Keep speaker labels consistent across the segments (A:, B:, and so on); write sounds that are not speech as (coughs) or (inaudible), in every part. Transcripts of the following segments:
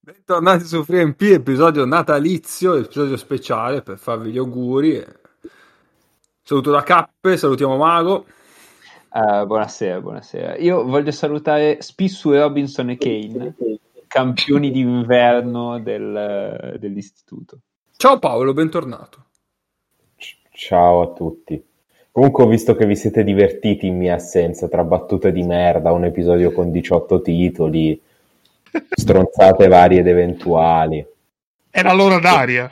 A: Bentornati su FreeMP, episodio natalizio, episodio speciale per farvi gli auguri. Saluto da Cappe, salutiamo Mago.
B: Eh, buonasera, buonasera. Io voglio salutare Spissu, Robinson e Kane, campioni d'inverno del- dell'istituto.
A: Ciao Paolo, bentornato.
C: C- Ciao a tutti. Comunque ho visto che vi siete divertiti in mia assenza tra battute di merda, un episodio con 18
D: (laughs)
C: titoli, stronzate varie ed eventuali.
E: Era l'ora d'aria.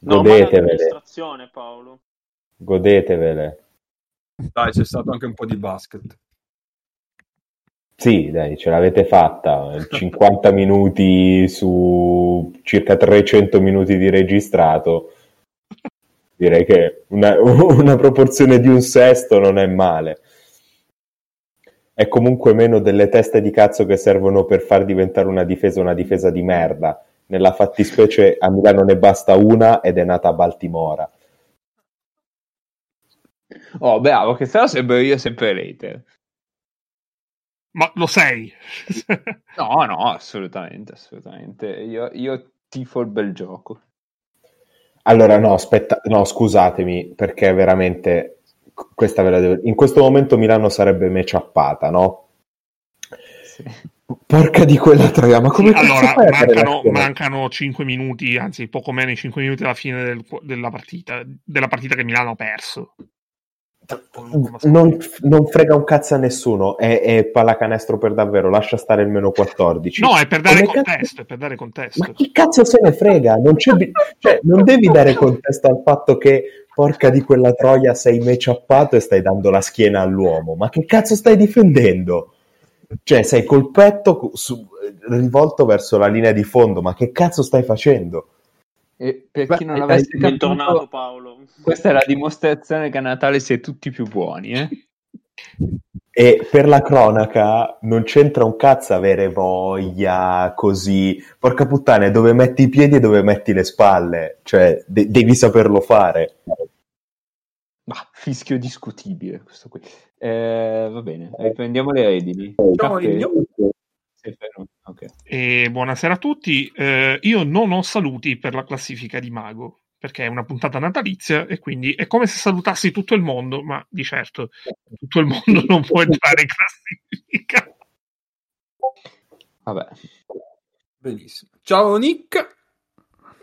D: No, ma la
C: Godetevele,
D: distrazione, Paolo.
C: godetevele.
A: Dai, c'è stato anche un po' di basket.
C: Sì, dai, ce l'avete fatta. 50 (laughs) minuti su circa 300 minuti di registrato. Direi che una, (laughs) una proporzione di un sesto non è male. È comunque meno delle teste di cazzo che servono per far diventare una difesa una difesa di merda. Nella fattispecie a Milano ne basta una ed è nata a Baltimora.
B: Oh, bravo, che stasera sembro io sempre later.
E: Ma lo sei.
B: No, no, assolutamente, assolutamente. Io, io tifo il bel gioco.
C: Allora, no, aspetta, no, scusatemi, perché veramente c- questa ve la devo. In questo momento Milano sarebbe meciappata, no?
B: Sì.
C: Porca di quella troia, ma come cazzo
E: allora,
C: fai a
E: mancano,
C: perdere la schiena?
E: 5 minuti, anzi poco meno di 5 minuti alla fine del- della, partita, della partita che Milano ha perso.
C: Non, non frega un cazzo a nessuno, è, è pallacanestro per davvero, lascia stare il meno 14.
E: No, è per dare
C: Come cazzo-
E: contesto, è per dare
C: Ma
E: contesto.
C: chi cazzo se ne frega? Non, c'è bi- cioè, non devi dare contesto al fatto che porca di quella troia sei meciappato e stai dando la schiena all'uomo. Ma che cazzo stai difendendo? Cioè, sei col petto cu- su- rivolto verso la linea di fondo, ma che cazzo stai facendo?
B: E per
C: Beh,
B: chi non
C: hai
B: l'avesse
D: Bentornato,
B: capito,
D: Paolo.
B: questa è la dimostrazione che a Natale si è tutti più buoni, eh?
C: E per la cronaca non c'entra un cazzo avere voglia così. Porca puttana, è dove metti i piedi e dove metti le spalle. Cioè, de- devi saperlo fare.
B: Ma fischio discutibile questo qui. Eh, va bene, riprendiamo le redini.
A: Ciao,
B: Caffè?
A: Elio.
B: Sei fermo? Ok.
E: E buonasera a tutti. Eh, io non ho saluti per la classifica di Mago, perché è una puntata natalizia e quindi è come se salutassi tutto il mondo, ma di certo tutto il mondo non può entrare in classifica.
B: Vabbè.
A: Benissimo. Ciao Nick.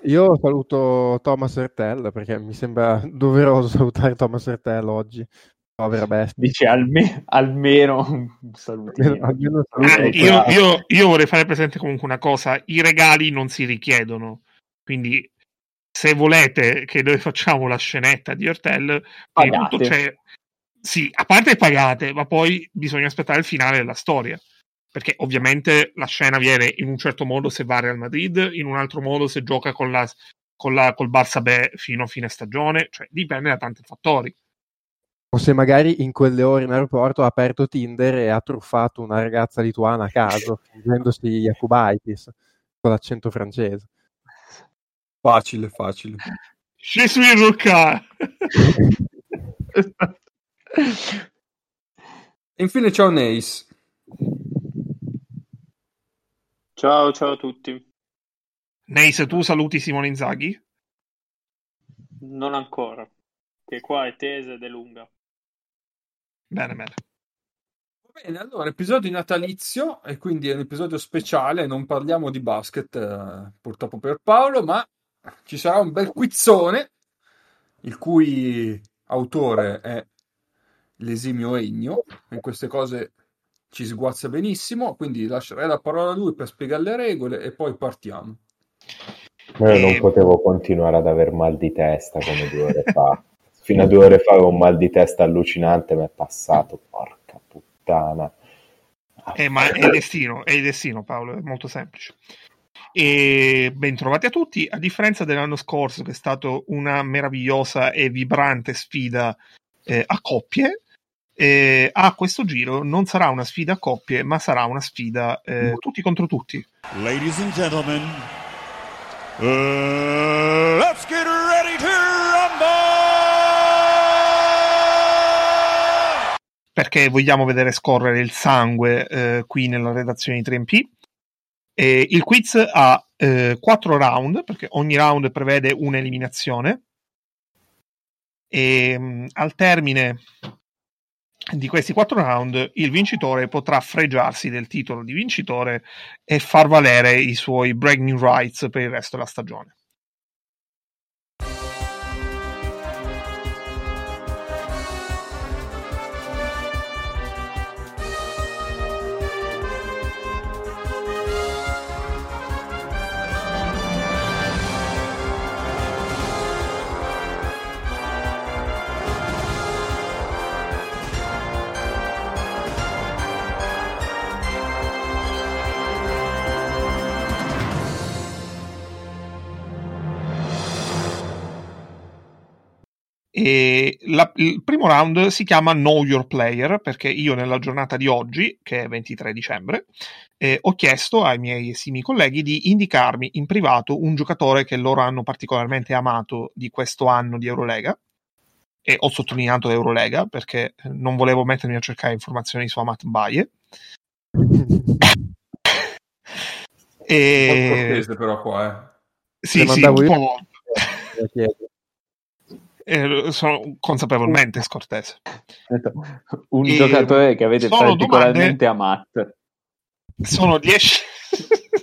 F: Io saluto Thomas Hertel perché mi sembra doveroso (laughs) salutare Thomas Hertel oggi. Povera bestia.
B: Dice alme- almeno un
F: Almeno,
B: salutino.
F: (laughs) almeno
E: Ah,
F: saluto-
E: io, io- io vorrei fare presente comunque una cosa: i regali non si richiedono. Quindi, se volete che noi (laughs) facciamo la scenetta di Hortel, che
B: Pagate.
E: tutto c'è. Sì, a parte pagate, ma poi bisogna aspettare il finale della storia. Perché ovviamente la scena viene in un certo modo se va a Real Madrid, in un altro modo se gioca con la, con la, col Barça B fino a fine stagione, cioè dipende da tanti fattori.
F: O se magari in quelle ore in aeroporto ha aperto Tinder e ha truffato una ragazza lituana a caso,
A: (laughs)
F: fingendosi Jakubaitis con l'accento francese.
A: Facile, facile.
E: Je suis (laughs) Luca!
A: E infine ciao Neis.
D: Ciao, ciao a tutti.
E: Nei, se tu saluti Simone Inzaghi?
D: Non ancora. Che qua è tesa ed è lunga.
E: Bene, bene.
A: Va bene, allora, episodio natalizio e quindi è un episodio speciale, non parliamo di basket eh, purtroppo per Paolo, ma ci sarà un bel quizzone, il cui autore è l'esimio Egno, in queste cose ci sguazza benissimo, quindi lascerei la parola a lui per spiegare le regole e poi partiamo.
C: Ma Io non
E: Eh.
C: potevo continuare ad aver mal di testa come due ore fa. Fino a due ore fa avevo un mal di testa allucinante, ma è passato. Porca puttana.
E: Eh, ma è il destino, è il destino Paolo, è molto semplice. E bentrovati a tutti, a differenza dell'anno scorso che è stata una meravigliosa e vibrante sfida eh, a coppie, eh, a questo giro non sarà una sfida a coppie, ma sarà una sfida eh, tutti contro tutti.
G: Ladies and gentlemen, uh, let's get ready to rumble!
E: perché vogliamo vedere scorrere il sangue eh, qui nella redazione di 3MP. Eh, il quiz ha eh, quattro round, perché ogni round prevede un'eliminazione. E, mh, al termine di questi quattro round, il vincitore potrà fregiarsi del titolo di vincitore e far valere i suoi bragging rights per il resto della stagione. E la- il primo round si chiama Know Your Player perché io nella giornata di oggi, che è 23 dicembre, eh, ho chiesto ai miei esimi colleghi di indicarmi in privato un giocatore che loro hanno particolarmente amato di questo anno di Eurolega e ho sottolineato Eurolega perché eh, non volevo mettermi a cercare informazioni su Amat Baye.
A: Un po'
E: E...
A: cortese però qua, eh.
E: Sì,
F: Te
E: sì,
F: mandavo
E: un
F: io.
E: po',
F: La chiedo.
E: eh, sono consapevolmente scortese.
B: Un
E: E-
B: giocatore che avete
E: sono
B: particolarmente amato. (laughs)
E: sono 10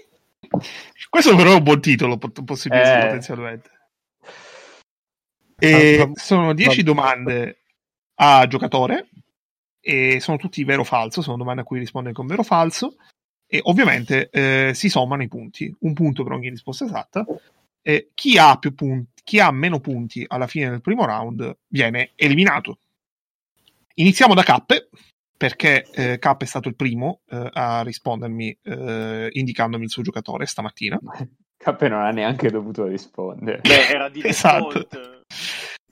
E: (laughs) questo però è un buon titolo pot- possibilmente,
B: Eh.
E: potenzialmente E
F: Ah, ma-
E: sono 10
F: ma-
E: domande a giocatore e sono tutti vero o falso sono domande a cui rispondere con vero o falso e ovviamente eh, si sommano i punti un punto per ogni risposta esatta e Eh, chi ha più punti chi ha meno punti alla fine del primo round viene eliminato iniziamo da cappe perché eh, K è stato il primo eh, a rispondermi eh, indicandomi il suo giocatore stamattina.
B: K non ha neanche dovuto rispondere.
D: Beh, era di
E: Esatto.
D: default.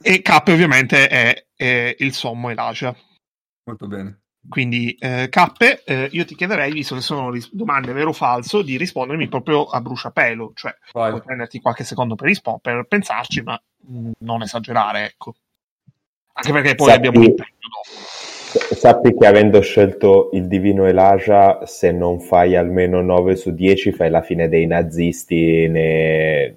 E: E K ovviamente è, è il sommo e l'Asia.
A: molto bene.
E: Quindi eh, K, eh, io ti chiederei, visto che sono ris- domande vero o falso, di rispondermi proprio a bruciapelo, cioè
A: Vai.
E: puoi prenderti qualche secondo per, rispo- per pensarci, ma mh, non esagerare, ecco. Anche perché poi
C: Sappi-
E: abbiamo un impegno dopo.
C: Sappi che avendo scelto il divino Elijah, se non fai almeno 9 su 10, fai la fine dei nazisti ne-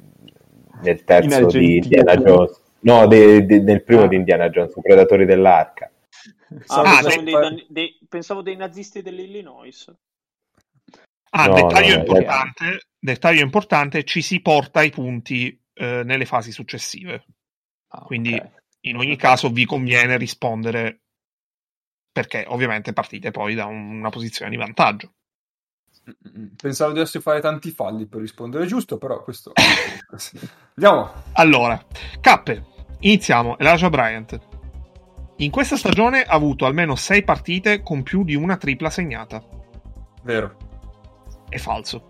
C: nel
B: In
C: terzo di
B: Argentina.
C: Indiana Jones. No, de- de- nel primo
B: Ah.
C: di Indiana Jones, i Predatori dell'Arca.
D: Ah,
A: Salvo
D: pensavo,
A: se-
D: dei, dan- dei- pensavo dei nazisti dell'Illinois.
E: Ah,
C: No,
E: dettaglio,
C: no, no,
E: importante, dettaglio importante, ci si porta i punti eh, nelle fasi successive.
B: Ah,
E: Quindi-
B: ok.
E: in ogni caso vi conviene rispondere perché ovviamente partite poi da un- una posizione di vantaggio.
A: Mm, Pensavo di doversi fare tanti falli per rispondere giusto, però questo... Andiamo.
E: Allora, K, iniziamo. Elijah Bryant. In questa stagione ha avuto almeno 6 partite con più di una tripla segnata.
A: (laughs) Vero.
E: È falso.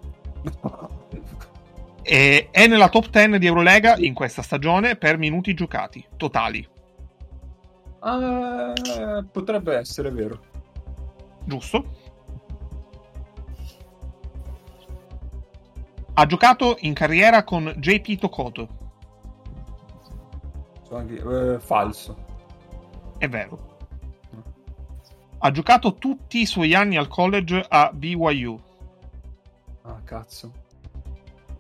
E: E è nella top 10 di Eurolega in questa stagione per minuti giocati, totali.
A: Eh, potrebbe essere vero.
E: Giusto? Ha giocato in carriera con JP Tokoto.
A: So anche- eh, falso.
E: È vero. Ha giocato tutti i suoi anni al college a BYU.
A: Ah, cazzo.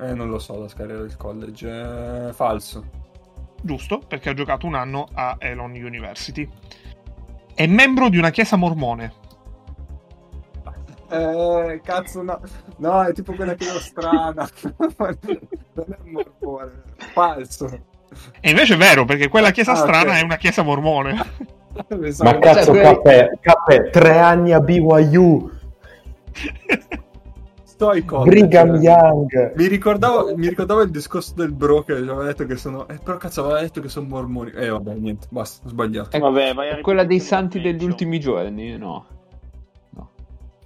A: Eh, non lo so, la carriera del college. Eh, falso.
E: Giusto, perché ha giocato un anno a Elon University. È membro di una chiesa mormone.
A: Eh, cazzo, no. No, è tipo quella che è strana. (laughs) non è un morpone. Falso.
E: E invece è vero, perché quella chiesa
A: Ah,
E: strana
A: ok.
E: è una
A: (laughs)
E: chiesa mormone.
A: Pensavo-
C: Ma cazzo,
B: quelli-
C: Cappè, Cappè, tre anni a BYU,
A: sto ai college.
C: Brigham Young.
A: Mi ricordavo, mi ricordavo il discorso del bro che aveva detto che sono. Eh, però cazzo, aveva detto che sono mormoni. Eh, vabbè, niente, basta, ho sbagliato.
D: Vabbè, vai a
B: È quella dei
D: ripetere
B: santi
D: il
B: degli ultimi giorni? No.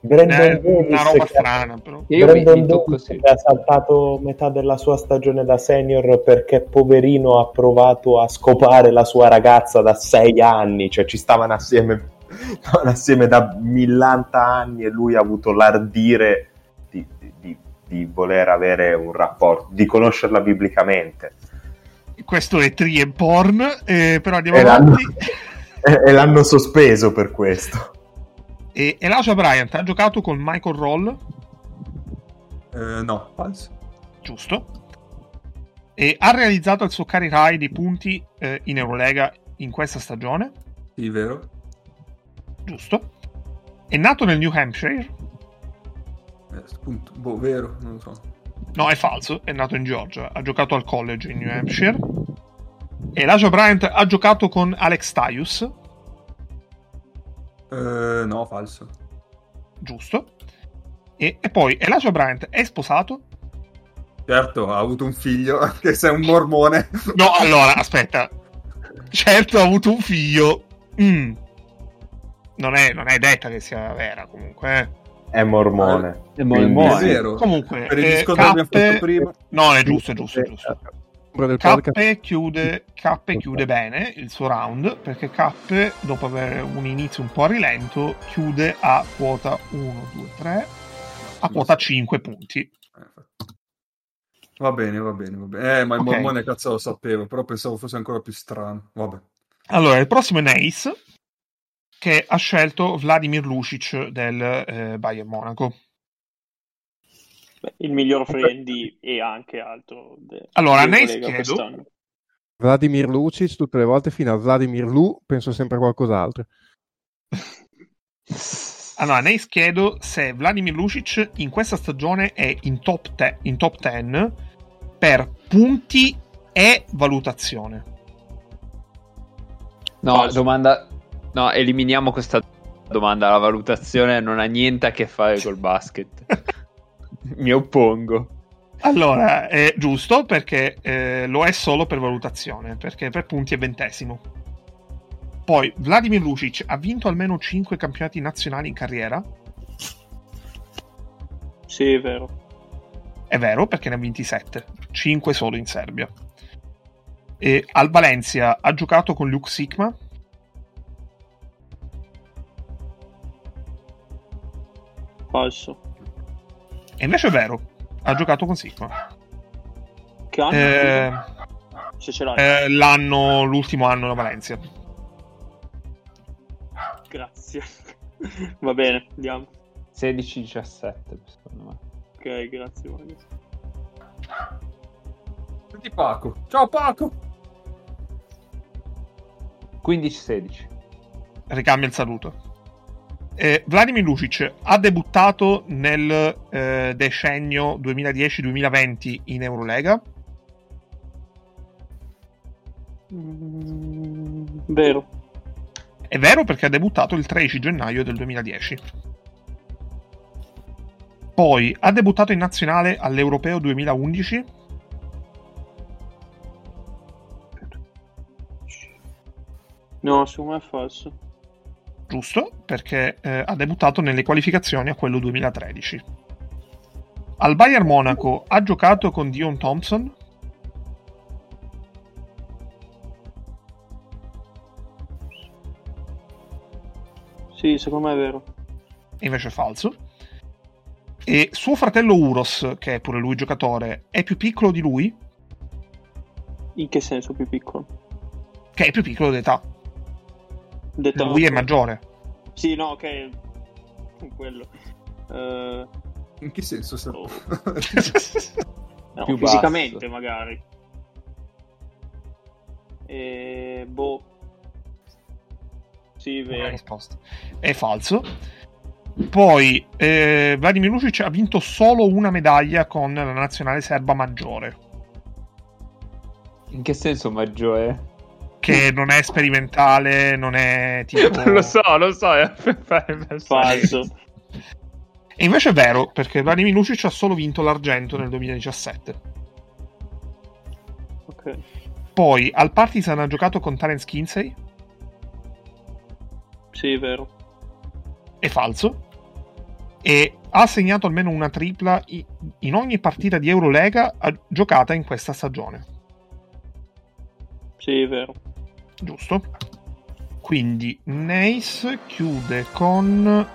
C: Brandon
E: È Eh, una
C: Davis
E: roba
C: che-
E: strana, però.
B: Io mi,
C: Brandon
B: mi tocco
C: Davis
B: sì.
C: che ha saltato metà della sua stagione da senior perché poverino ha provato a scopare la sua ragazza da sei anni, cioè ci stavano assieme, stavano assieme da millanta anni e lui ha avuto l'ardire di, di- di- di voler avere un rapporto, di conoscerla biblicamente.
E: Questo è tri e porn, eh, però andiamo
C: E l'hanno,
A: (laughs)
E: avanti.
C: (laughs) e l'hanno sospeso per questo.
E: E Elijah Bryant ha giocato con Michael Roll.
A: Eh, no, falso.
E: giusto. E ha realizzato il suo career high di punti eh, in Eurolega in questa stagione,
A: Sì, vero?
E: giusto. È nato nel New Hampshire,
A: Eh, appunto, boh, vero, non lo so.
E: no è falso, è nato in Georgia, ha giocato al college in New Hampshire. E Lajo Bryant ha giocato con Alex Tyus,
A: Eh, no, falso.
E: giusto. E, e poi Elijah Bryant è sposato?
A: Certo, ha avuto un figlio, (laughs) anche se è un mormone.
E: No, allora, aspetta. Certo, ha avuto un figlio. Mm. Non, è, non è detta che sia vera comunque. eh.
C: È mormone.
B: È
C: Quindi-
A: È
B: buono.
A: vero.
E: Comunque,
A: per il
E: eh,
A: discorso che abbiamo
E: K-
A: fatto prima.
E: No, è giusto, è giusto, è giusto.
F: membro del podcast.
E: K chiude, K chiude bene il suo round perché K, dopo avere un inizio un po' a rilento, chiude a quota 1, 2, 3, a quota 5 punti.
A: Eh, Va bene, va bene, va bene. Eh, ma il
E: Ok.
A: mormone cazzo lo sapevo, però pensavo fosse ancora più strano. Vabbè.
E: Allora, il prossimo è Neis, che ha scelto Vladimir Lucic del eh, Bayern Monaco.
D: Beh, il miglior Freddy e anche altro. de-
E: Allora,
D: della
E: Neis
D: Lega
E: chiedo-
D: quest'anno.
F: Vladimir Lucic, tutte le volte fino a Vladimir Lu, penso sempre a qualcos'altro.
E: Allora, Neis chiedo se Vladimir Lucic in questa stagione è in top, te- in top 10 per punti e valutazione.
B: No, domanda. No, eliminiamo questa domanda. La valutazione non ha niente a che fare col basket. (laughs) Mi oppongo.
E: Allora, è giusto perché eh, lo è solo per valutazione, perché per punti è ventesimo. Poi, Vladimir Lucic ha vinto almeno 5 campionati nazionali in carriera.
D: Sì, è vero.
E: È vero, perché ne ha 27, 5 solo in Serbia. E al Valencia ha giocato con Luke Sigma.
D: Falso.
E: E invece è vero, ha giocato con Sigma.
D: Che anno?
E: Eh,
D: Se ce l'hai.
E: eh, l'anno, l'ultimo anno da Valencia.
D: Grazie. (laughs) Va bene, andiamo.
B: 16-17, secondo me.
D: Ok, grazie. Mario.
A: Senti Paco. Ciao Paco.
B: 15-16.
E: Ricambia il saluto. Eh, Vladimir Lucic ha debuttato nel eh, decennio 2010-2020 in Eurolega.
D: Vero.
E: È vero perché ha debuttato il 13 gennaio del 2010. Poi ha debuttato in nazionale all'Europeo 2011.
D: No, secondo me è falso.
E: giusto, perché eh, ha debuttato nelle qualificazioni a quello 2013. Al Bayern Monaco ha giocato con Dion Thompson,
D: Sì, secondo me è vero.
E: invece è falso. E suo fratello Uros, che è pure lui giocatore, è più piccolo di lui,
D: In che senso più piccolo?
E: che è più piccolo d'età.
D: Detto
E: Lui è maggiore.
D: Sì, no, ok. (laughs) Con quello. Eh,
A: In che senso? sta- (laughs)
D: Oh.
E: È
D: no,
B: Più
D: fisicamente
B: basso.
D: magari. E, boh. Sì,
E: (laughs)
D: è
E: la
D: vero.
E: risposta. È falso. Poi eh, Vladimir Lucic ha vinto solo una medaglia con la nazionale serba maggiore.
B: In che senso maggiore?
E: che non è sperimentale, non è tipo...
B: Non (laughs) lo so, lo so. È per fare per
D: Falso.
B: (laughs)
E: E invece è vero, perché Vladimir Lucic ha solo vinto l'argento nel 2017.
D: Ok.
E: Poi al Partizan ha giocato con Terence Kinsey,
D: Sì, è vero.
E: è falso, e ha segnato almeno una tripla i- in ogni partita di Eurolega a- giocata in questa stagione,
D: Sì, è vero.
E: giusto? Quindi Neis chiude con...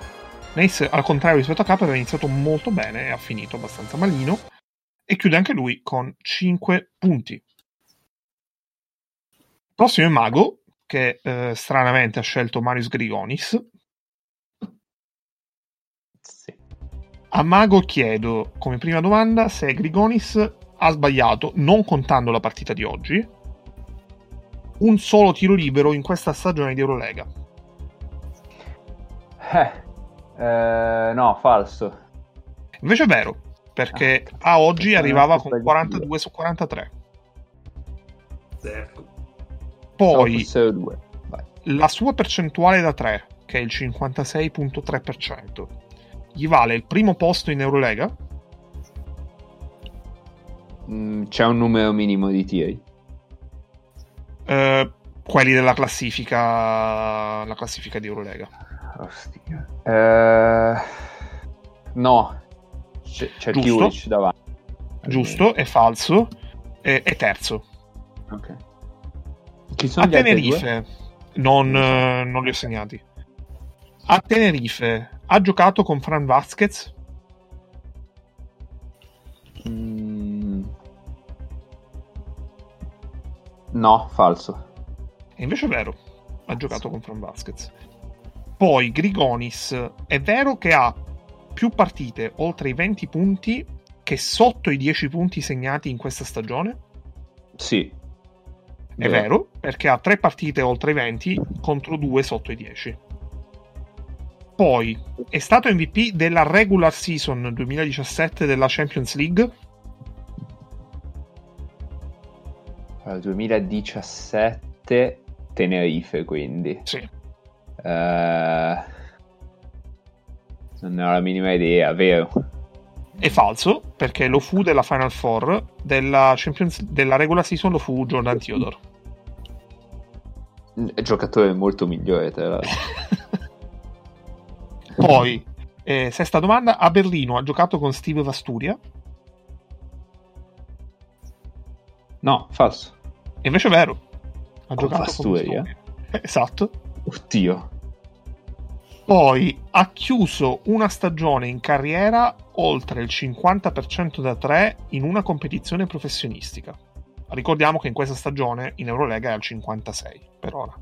E: Neis al contrario rispetto a K aveva iniziato molto bene e ha finito abbastanza malino, e chiude anche lui con 5 punti. Prossimo è Mago, che eh, stranamente ha scelto Marius Grigonis.
B: Sì.
E: A Mago chiedo come prima domanda se Grigonis ha sbagliato, non contando la partita di oggi, un solo tiro libero in questa stagione di Eurolega.
B: Eh, eh, no, falso.
E: Invece è vero, perché
B: Ah,
E: a oggi arrivava con
B: sbagliato.
E: 42 su 43.
H: Zero.
B: No,
E: Poi
B: forse due. Vai.
E: la sua percentuale da 3, che è il 56.3%, gli vale il primo posto in Eurolega,
B: Mm, c'è un numero minimo di tiri.
E: eh, quelli della classifica, la classifica di Eurolega.
B: Ostia. Eh, no, c'è, c'è
E: Giusto.
B: Kiewicz davanti.
E: Giusto, è falso, e è terzo.
B: Ok. Chi sono
E: A
B: gli altri due?
E: Tenerife, non, eh, non li ho segnati. A Tenerife ha giocato con Fran Vasquez,
B: Mm. No, falso.
E: e invece è vero, ha giocato con Fran Vasquez. Poi Grigonis, è vero che ha più partite oltre i 20 punti che sotto i 10 punti segnati in questa stagione.
B: Sì.
E: È vero, perché ha tre partite oltre i 20 contro due sotto i 10. Poi è stato MVP della regular season 2017 della Champions League.
B: Allora, 2017 Tenerife, quindi.
E: Sì.
B: Eh, non ne ho la minima idea, vero?
E: È falso, perché lo fu della Final Four, della, Champions, della regular season lo fu Jordan Theodore.
B: È giocatore molto migliore, tra l'altro.
E: Poi, eh, sesta domanda, a Berlino ha giocato con Steve Vasturia,
B: No, falso.
E: e invece è vero.
B: Con
E: Ha giocato
B: Vasturia?
E: con Vasturia. Esatto.
B: Oddio.
E: Poi ha chiuso una stagione in carriera oltre il 50% da 3 in una competizione professionistica. Ricordiamo che in questa stagione in Eurolega è al 56 per ora.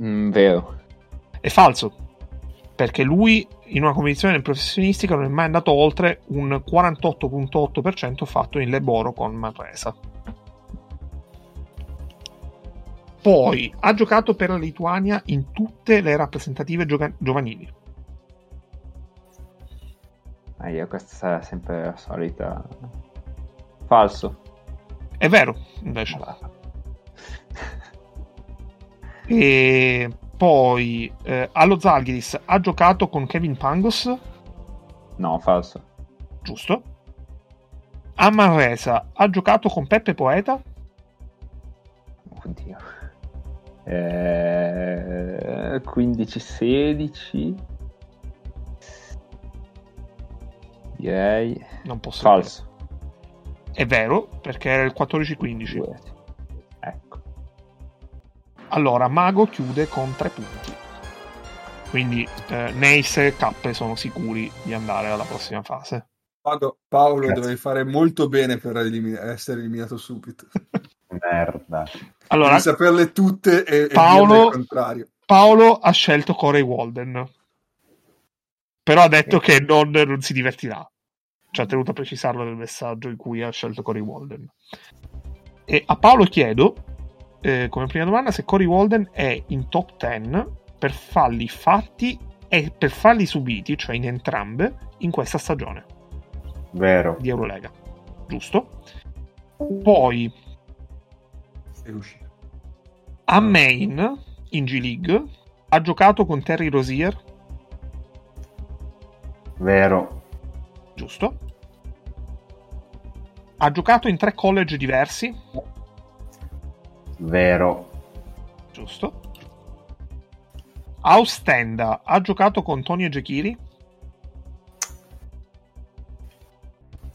B: Mm, vero.
E: È falso, perché lui in una competizione professionistica non è mai andato oltre un 48.8% fatto in Leboro con Manresa. Poi ha giocato per la Lituania in tutte le rappresentative gioca- giovanili.
B: Ah, io questa sarà sempre la solita. Falso.
E: È vero, invece. E poi eh, allo Zalgiris ha giocato con Kevin Pangos,
B: No, falso.
E: giusto? A Manresa ha giocato con Peppe Poeta,
B: Oddio. Eh, 15-16. Direi.
E: non posso
B: Falso.
E: dire. È vero, perché era il 14-15.
B: Figurati. Ecco.
E: Allora, Mago chiude con 3 punti. Quindi eh, Neis e Cappe sono sicuri di andare alla prossima fase.
A: Vado, Paolo,
C: Grazie.
A: dovevi fare molto bene per elimi- essere eliminato subito.
C: Merda.
E: Allora,
A: Devi saperle tutte e, e
E: Paolo-
A: dirle il contrario.
E: Paolo ha scelto Corey Walden. Però ha detto che non, non si divertirà. Ci ha tenuto a precisarlo nel messaggio in cui ha scelto Corey Walden. E a Paolo chiedo, eh, come prima domanda, se Corey Walden è in top 10 per falli fatti e per falli subiti, cioè in entrambe, in questa stagione
C: Vero.
E: di Eurolega. Giusto? Poi
A: È uscito. Ah.
E: a Main, in G-League, ha giocato con Terry Rosier,
C: Vero.
E: giusto? Ha giocato in tre college diversi,
C: Vero.
E: giusto? A Ostenda ha giocato con Tony Ejekiri,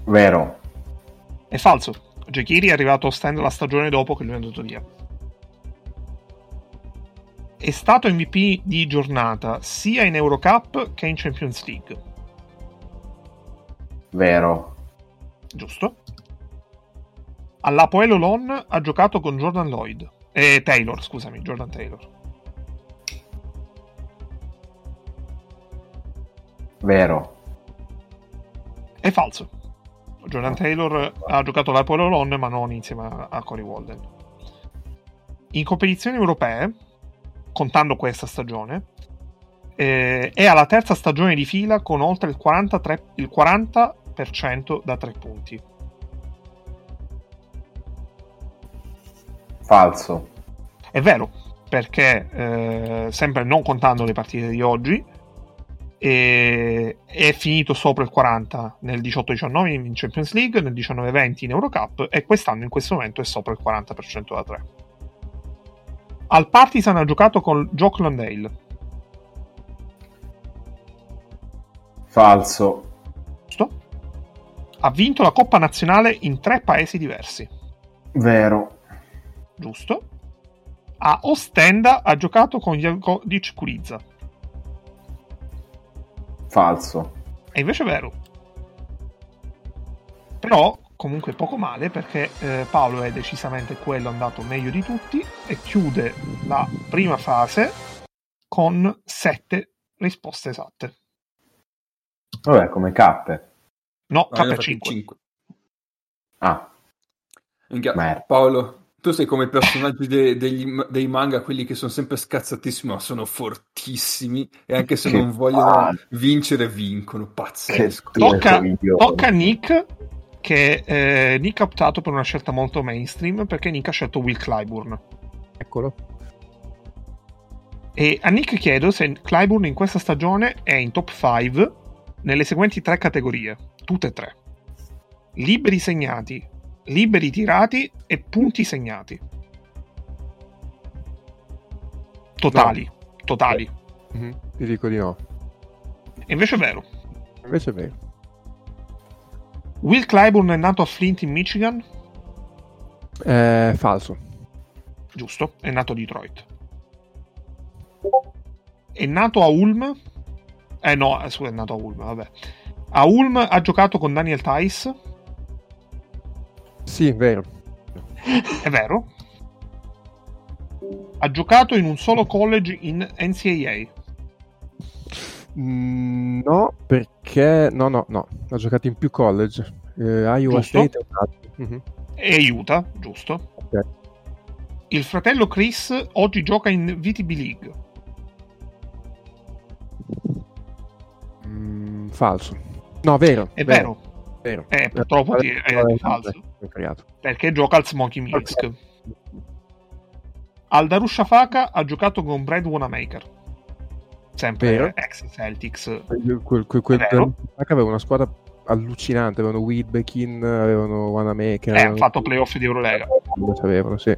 C: Vero.
E: è falso. Ejekiri è arrivato a Ostenda la stagione dopo che lui è andato via. È stato MVP di giornata sia in Eurocup che in Champions League,
C: Vero.
E: giusto? All'Apoel Olon ha giocato con Jordan Lloyd, eh, Taylor, scusami, Jordan Taylor.
H: Vero.
E: È falso. Jordan Taylor ha giocato la Polo Lon, ma non insieme a- a Cory Walden. In competizioni europee, contando questa stagione, eh, è alla terza stagione di fila con oltre il 43 il 40% da tre punti.
H: Falso.
E: È vero, perché eh, sempre non contando le partite di oggi, eh, è finito sopra il 40 nel 18-19 in Champions League, nel 19-20 in Eurocup e quest'anno in questo momento è sopra il 40% da 3. Al Partizan ha giocato con Jock Landale.
H: Falso.
E: giusto? Ha vinto la Coppa Nazionale in tre paesi diversi,
H: Vero.
E: giusto? A Ostenda ha giocato con Jelkodic Kuriza.
H: Falso.
E: È invece vero. Però comunque poco male perché eh, Paolo è decisamente quello andato meglio di tutti e chiude la prima fase con sette risposte esatte.
H: Vabbè, come cappe.
E: No,
A: No, io ho fatto
E: 5.
A: cinque.
H: Ah,
A: Minchia,
H: Merda.
A: Paolo, tu sei come i personaggi de- degli- dei manga, quelli che sono sempre scazzatissimi, ma sono fortissimi e anche se
H: Che
A: non vogliono
H: palle.
A: vincere, vincono. Pazzesco.
H: Che due
E: Tocca-
H: coglioni.
E: Tocca a Nick che eh, Nick ha optato per una scelta molto mainstream perché Nick ha scelto Will Clyburn.
F: Eccolo.
E: E a Nick chiedo se Clyburn in questa stagione è in top 5 nelle seguenti tre categorie, tutte e tre. Liberi segnati, liberi tirati e punti segnati. Totali, totali.
F: Mhm, Ti dico di no.
E: E invece è vero.
F: Invece è vero.
E: Will Clyburn è nato a Flint in Michigan,
F: Eh, falso.
E: giusto, è nato a Detroit. È nato a Ulm. Eh no, eh, scusa, è nato a Ulm, vabbè. A Ulm ha giocato con Daniel Tice,
F: Sì, vero.
E: è vero. Ha giocato in un solo college in NCAA.
F: Mm, No, perché... No, no, no. Ha giocato in più college. Eh, Iowa
E: Giusto.
F: State è un altro. Mhm.
E: E Utah, giusto?
F: Ok.
E: Il fratello Chris oggi gioca in VTB League.
F: Mm, falso. No, vero.
E: È vero,
F: vero.
E: Eh, purtroppo ti-
F: Eh,
E: è
F: vabbè,
E: falso.
F: ho creato.
E: perché gioca al Smoky Minsk. Al Darusha Faka ha giocato con Brad Wanamaker. Sempre Eh,
F: Vero.
E: ex Celtics.
F: Quel, quel, quel, quel
E: È vero.
F: Darusha aveva una squadra allucinante. Avevano Widbekin, avevano Wanamaker.
E: Eh, ha fatto playoff di Eurolega.
F: Lo sapevano, sì.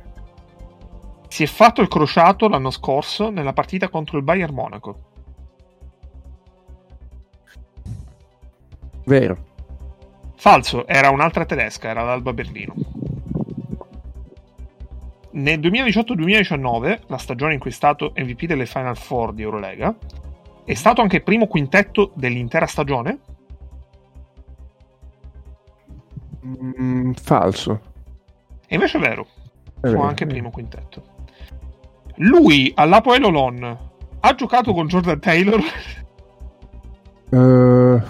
E: Si è fatto il crociato l'anno scorso nella partita contro il Bayern Monaco.
F: Vero.
E: Falso, era un'altra tedesca, era l'Alba Berlino. Nel 2018-2019, la stagione in cui è stato MVP delle Final Four di Eurolega, è stato anche primo quintetto dell'intera stagione?
F: Mm, falso.
E: E invece è vero.
F: È
E: fu
F: vero,
E: anche
F: è vero.
E: primo quintetto. Lui all'Apoel Olon ha giocato con Jordan Taylor. (laughs)
F: Eh,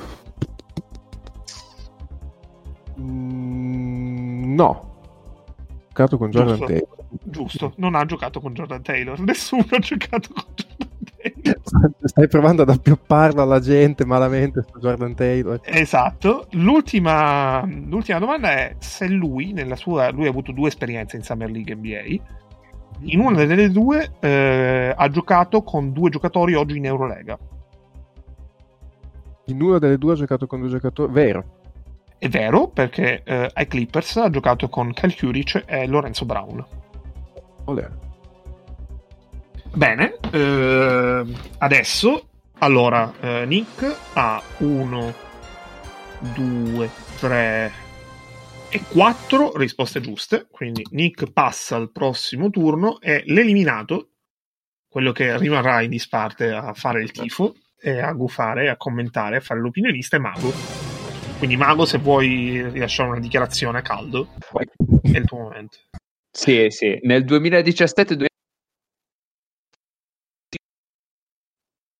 F: mm, no. Giocato con Jordan
E: Giusto.
F: Taylor.
E: Giusto, non ha giocato con Jordan Taylor. Nessuno ha giocato con Jordan Taylor.
F: (laughs) Stai provando ad appiopparlo alla gente malamente su Jordan Taylor.
E: Esatto. L'ultima, l'ultima domanda è se lui, nella sua, lui ha avuto due esperienze in Summer League NBA. In una delle due eh, ha giocato con due giocatori oggi in Eurolega.
F: In una delle due ha giocato con due giocatori. Vero.
E: È vero perché eh, ai Clippers ha giocato con Cal Curic e Lorenzo Brown.
F: Olè.
E: Bene, ehm, adesso allora eh, Nick ha 1, 2, 3 e 4 risposte giuste, quindi Nick passa al prossimo turno e l'eliminato, quello che rimarrà in disparte a fare il tifo e a gufare, a commentare, a fare l'opinionista è Mago. Quindi Mago se vuoi rilasciare una dichiarazione a caldo è il tuo momento.
B: Sì, sì. Nel 2017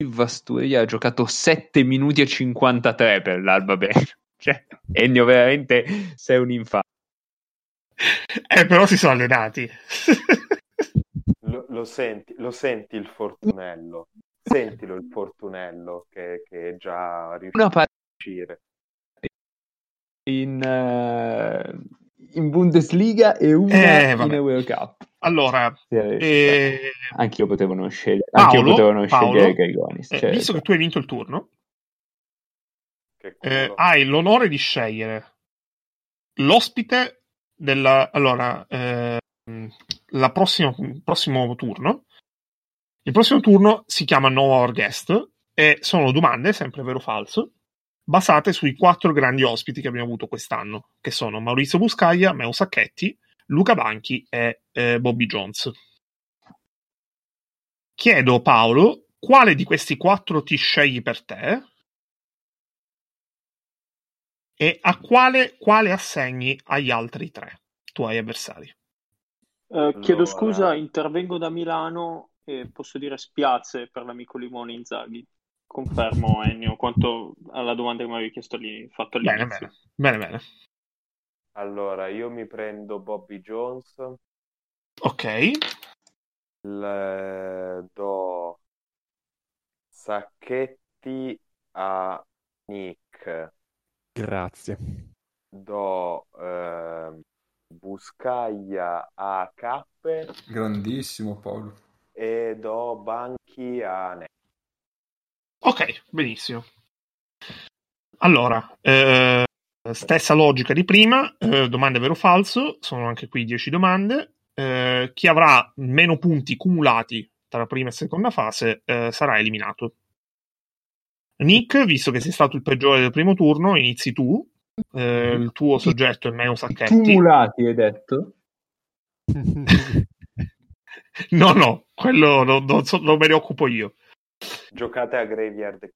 B: Vasturia ha giocato 7 minuti e 53 per l'Alba Bergamo. (laughs) Cioè, Ennio veramente sei un infame.
E: Eh, però si sono allenati. (laughs)
I: Lo, lo senti, lo senti il fortunello. Sentilo il fortunello che, che è già riuscito
B: Una pa-
I: a uscire.
B: in, eh, in Bundesliga e una
E: Eh,
B: in
E: vabbè.
B: World Cup.
E: Allora,
B: Sì,
E: eh,
B: Anch'io potevano scegliere,
E: Paolo,
B: anch'io potevano
E: Paolo,
B: scegliere Grigonis.
E: eh,
B: certo.
E: visto che tu hai vinto il turno,
B: cioè,
I: Che
E: eh,
I: culo.
E: hai l'onore di scegliere l'ospite della... Allora, eh, la prossima, il prossimo turno. Il prossimo turno si chiama No Our Guest e sono domande, sempre vero o falso, basate sui quattro grandi ospiti che abbiamo avuto quest'anno, che sono Maurizio Buscaglia, Meo Sacchetti, Luca Banchi e eh, Bobby Jones. Chiedo Paolo, quale di questi quattro ti scegli per te? E a quale, quale assegni agli altri tre tuoi avversari?
D: Eh, chiedo
I: Allora.
D: scusa, intervengo da Milano e posso dire spiazze per l'amico Limone Inzaghi. Confermo, Ennio, quanto alla domanda che mi avevi chiesto lì, fatto
E: Bene,
D: all'inizio.
E: bene, bene, bene.
I: Allora, io mi prendo Bobby Jones,
E: Ok,
I: il- do Sacchetti a Nick,
F: Grazie.
I: do ehm, Buscaglia a Cappe
A: Grandissimo Paolo.
I: e do Banchi a Ne.
E: ok, benissimo. Allora, eh, stessa logica di prima, eh, domande vero o falso, sono anche qui 10 domande. Eh, chi avrà meno punti cumulati tra la prima e seconda fase eh, sarà eliminato. Nick, visto che sei stato il peggiore del primo turno, inizi tu. Eh, il tuo soggetto è Meo Sacchetti.
B: Cumulati, hai detto?
E: No, no, quello non- non so- non me ne occupo io.
I: Giocate a Graveyard.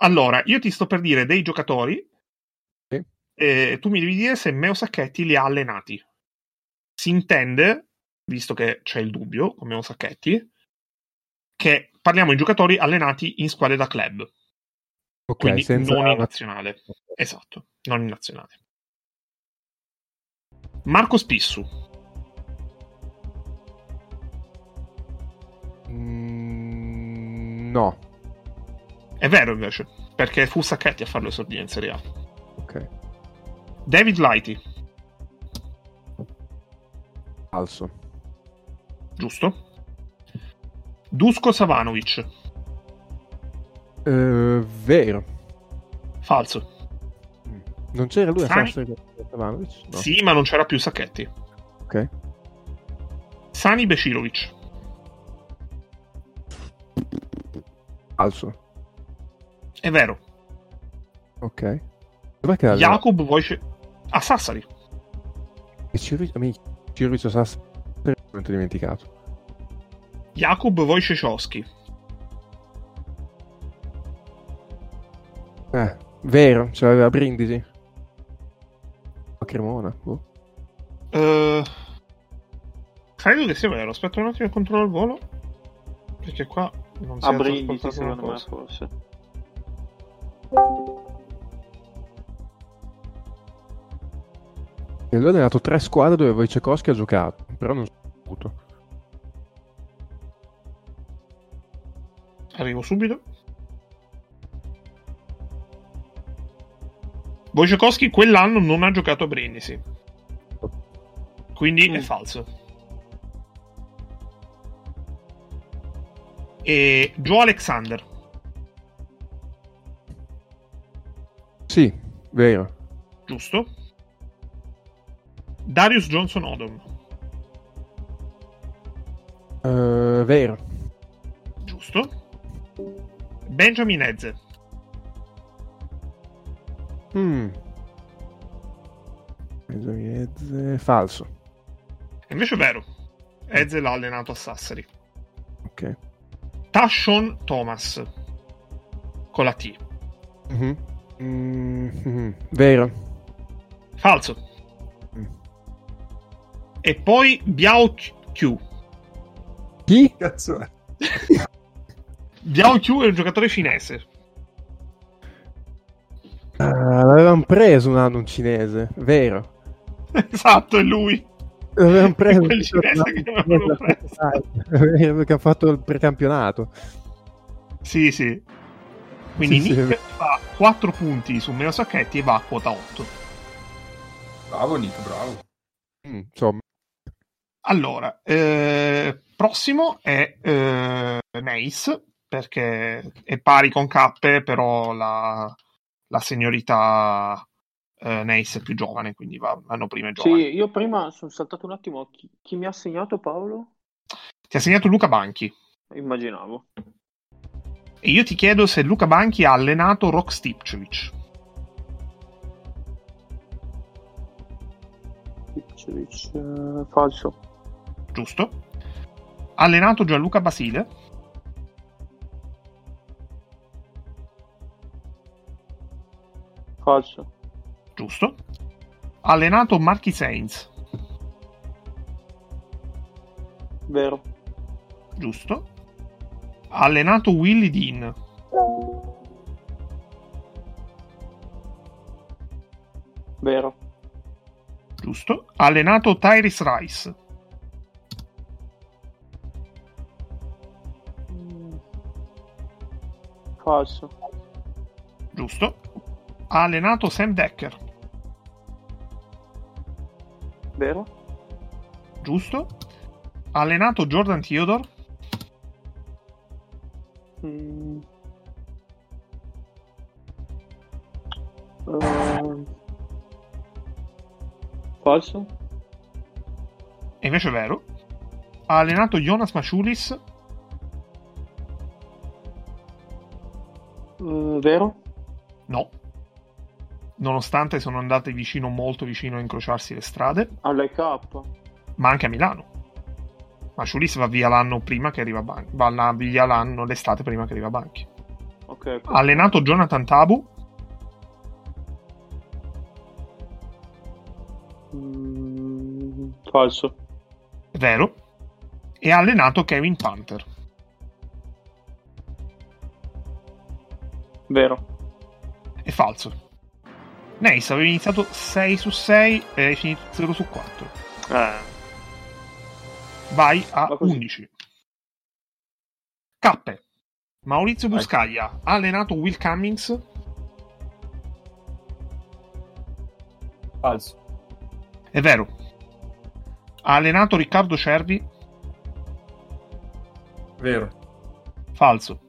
E: Allora, io ti sto per dire dei giocatori
F: Sì.
E: e tu mi devi dire se Meo Sacchetti li ha allenati. Si intende, visto che c'è il dubbio con Meo Sacchetti, che parliamo di giocatori allenati in squadre da club,
F: (laughs) Ok,
E: quindi
F: senza
E: non in nazionale. Esatto, non in nazionale. Marco Spissu,
F: Mm, No.
E: è vero invece, perché fu Sacchetti a farlo esordire in Serie A.
F: Ok.
E: David Lighty,
F: Falso.
E: giusto? Dusko Savanovic,
F: Eh, vero.
E: falso.
F: Non c'era lui a
E: Sani-
F: Sassuolo con Stefanovic? No.
E: Sì, ma non c'era più Sacchetti.
F: Ok.
E: Sani Becirovic,
F: Falso.
E: è vero.
F: Ok. Dov'è che era?
E: Jakub Wojciech... A Sassari,
F: Cirovic, amici, Cirovic o Sassuolo? Per non ti ho dimenticato.
E: Jakub Wojciechowski,
F: Eh, vero, ce l'aveva Brindisi. A Cremona, boh.
E: Eh, credo che sia vero. Aspetta un attimo, controllo il volo. Perché qua non si
D: A
E: è
D: brindisi,
E: trasportata una
D: secondo me,
E: cosa.
D: forse.
F: E lui ha allenato tre squadre dove Wojciechowski ha giocato, però non so avuto.
E: Arrivo subito. Wojciechowski quell'anno non ha giocato a Brindisi. Quindi è falso. E Joe Alexander.
F: Sì, vero.
E: giusto? Darius Johnson Odom,
F: Eh, vero.
E: giusto? Benjamin Eze,
F: Mm. Mezzomiezze, falso.
E: invece è vero. Eze l'ha allenato a Sassari.
F: Ok.
E: Tashon Thomas, con la T.
F: Mhm. Mm, mhm. Vero.
E: Falso.
F: Mm.
E: E poi Biao Q.
F: Chi?
A: Cazzo è?
E: Jiao Qiu è un giocatore cinese. (laughs)
F: Ah, l'avevamo preso un anno un cinese, vero?
E: Esatto, è lui. (laughs)
F: L'avevamo preso
E: Quel cinese
F: un (laughs)
E: che avevamo preso.
F: che ha fatto il precampionato.
E: Sì, sì. Quindi
F: Sì, sì.
E: Nick fa 4 punti su Meo Sacchetti e va a quota 8.
A: Bravo Nick, bravo.
F: Mm, insomma,
E: Allora, eh, prossimo è eh, Nace, perché è pari con K, però la, la signorita eh, Nace è più giovane, quindi va un anno prima è
D: Sì,
E: giovane.
D: io prima sono saltato un attimo. Chi, chi mi ha segnato Paolo?
E: Ti ha segnato Luca Banchi.
D: Immaginavo.
E: E io ti chiedo se Luca Banchi ha allenato Rock Stipcevic.
D: Ipswich, eh, falso.
E: giusto? Ha allenato Gianluca Basile?
D: Falso.
E: Giusto. Ha allenato Marchi Sainz?
D: Vero.
E: Giusto. Ha allenato Willy Dean?
D: Vero.
E: Giusto. Ha allenato Tyrese Rice?
D: Mm. Falso.
E: Giusto. Ha allenato Sam Decker?
D: Vero.
E: Giusto. Ha allenato Jordan Theodore?
D: Mm. Ehm. falso.
E: E invece è vero. Ha allenato Jonas Masciulis?
D: Mm, vero.
E: No. Nonostante sono andate vicino, molto vicino a incrociarsi le strade.
D: Alla K.
E: ma anche a Milano. Ma Sciulis va via l'anno prima che arriva Banchi, va la- via l'anno l'estate prima che arriva Banchi.
D: Ok. ecco.
E: Ha allenato Jonathan Tabu,
D: Mm, falso.
E: è vero, e ha allenato Kevin Panther.
D: Vero.
E: È falso. Neis aveva iniziato 6 su 6 e hai finito 0 su 4.
D: Eh.
E: Vai a
D: Va così.
E: 11. K. Maurizio Buscaglia ha allenato Will Cummings,
A: Falso.
E: è vero. Ha allenato Riccardo Cervi,
A: Vero.
E: falso.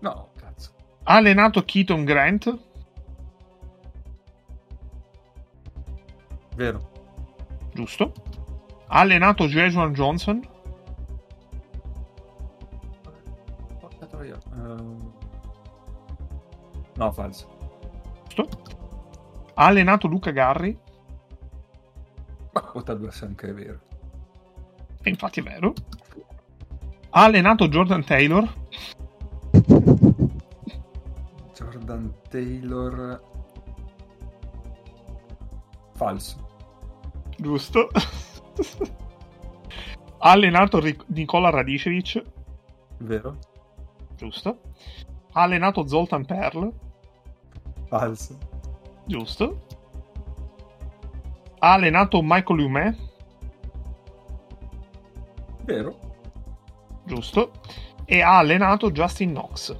A: No, cazzo.
E: Ha allenato Keaton Grant,
A: Vero.
E: giusto. Ha allenato Jason Johnson,
A: Porca troia. Ehm, No, falso.
E: giusto. Ha allenato Luca Garri,
A: Ma quota 2 se anche è vero.
E: e infatti è vero. Ha allenato Jordan Taylor,
A: Jordan Taylor. Falso.
E: giusto. (laughs) ha allenato Ri- Nicola Radicevic,
A: Vero?
E: giusto. Ha allenato Zoltan Perl,
A: Falso.
E: giusto. Ha allenato Michael Lumet,
A: Vero?
E: giusto. E ha allenato Justin Knox.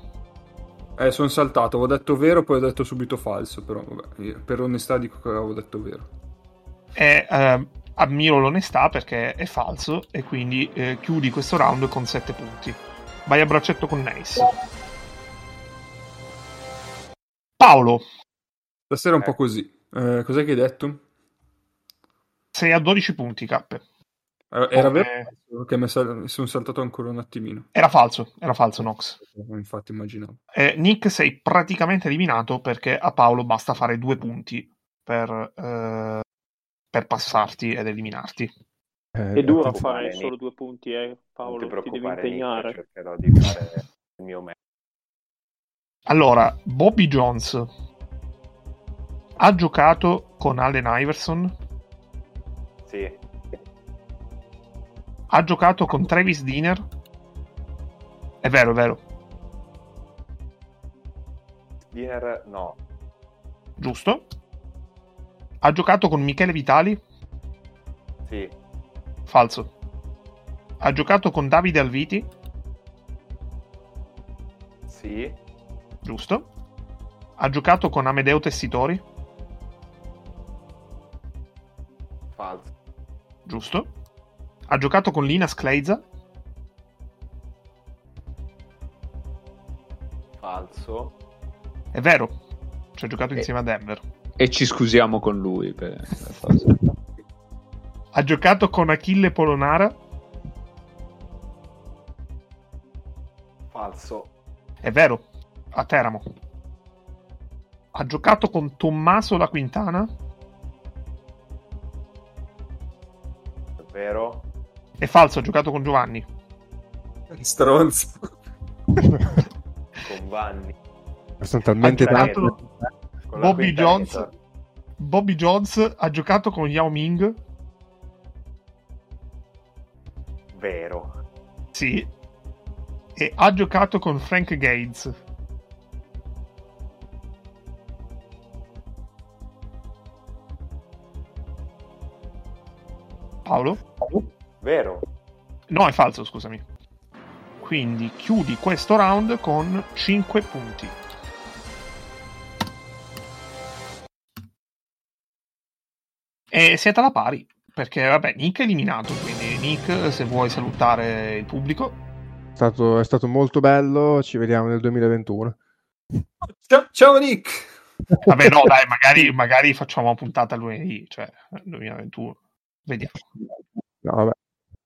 A: Eh, sono saltato. Avevo detto vero, poi ho detto subito falso. Però, vabbè, io per onestà dico che avevo detto vero.
E: E, ehm, ammiro l'onestà perché è falso e quindi eh, chiudi questo round con 7 punti. Vai a braccetto con Nice. Paolo,
A: Stasera è un po' così. Eh, cos'è che hai detto?
E: sei a 12 punti, K.
A: Eh, Era
E: Come-
A: vero? Che mi sal- sono saltato ancora un attimino.
E: Era falso, era falso Nox.
A: Infatti immaginavo.
E: Eh, Nick sei praticamente eliminato perché a Paolo basta fare due punti per, eh, per passarti ed eliminarti.
F: eh,
D: È duro
F: attenzione.
D: fare
I: Nick.
D: solo due punti, eh, Paolo.
I: non ti
D: Ti, devi
I: preoccupare, Nick, certo.
D: impegnare.
I: cercherò di fare il mio meglio.
E: Allora, Bobby Jones ha giocato con Allen Iverson,
I: Sì,
E: ha giocato con Travis Diner. È vero, è vero.
I: Spinner no.
E: giusto? Ha giocato con Michele Vitali?
I: Sì,
E: Falso. Ha giocato con Davide Alviti?
I: sì,
E: Giusto. Ha giocato con Amedeo Tessitori?
I: falso,
E: Giusto. Ha giocato con Lina Skleiza?
I: falso.
E: È vero. Ci ha giocato
B: Eh.
E: insieme a Denver.
B: E ci scusiamo con lui per la (laughs) cosa.
E: Ha giocato con Achille Polonara?
I: Falso.
E: È vero. A Teramo. Ha giocato con Tommaso La Quintana?
I: È vero?
E: È falso, ha giocato con Giovanni.
A: Stronzo.
I: Con Vanni.
F: Sono talmente
E: Ha
F: tanti.
E: giocato-
I: Con la
E: Bobby
I: quinta
E: Jones.
I: rete.
E: Bobby Jones ha giocato con Yao Ming?
I: Vero.
E: Sì. E ha giocato con Frank Gates. Paolo?
I: Vero.
E: No, è falso, scusami. Quindi chiudi questo round con 5 punti. E siete alla pari, perché vabbè, Nick è eliminato, quindi Nick, se vuoi salutare il pubblico,
F: È stato, è stato molto bello. Ci vediamo nel 2021.
A: (laughs) Ciao, ciao Nick.
E: Vabbè, no, dai, magari, magari facciamo una puntata lunedì, cioè 2021. Vediamo. (laughs)
F: No,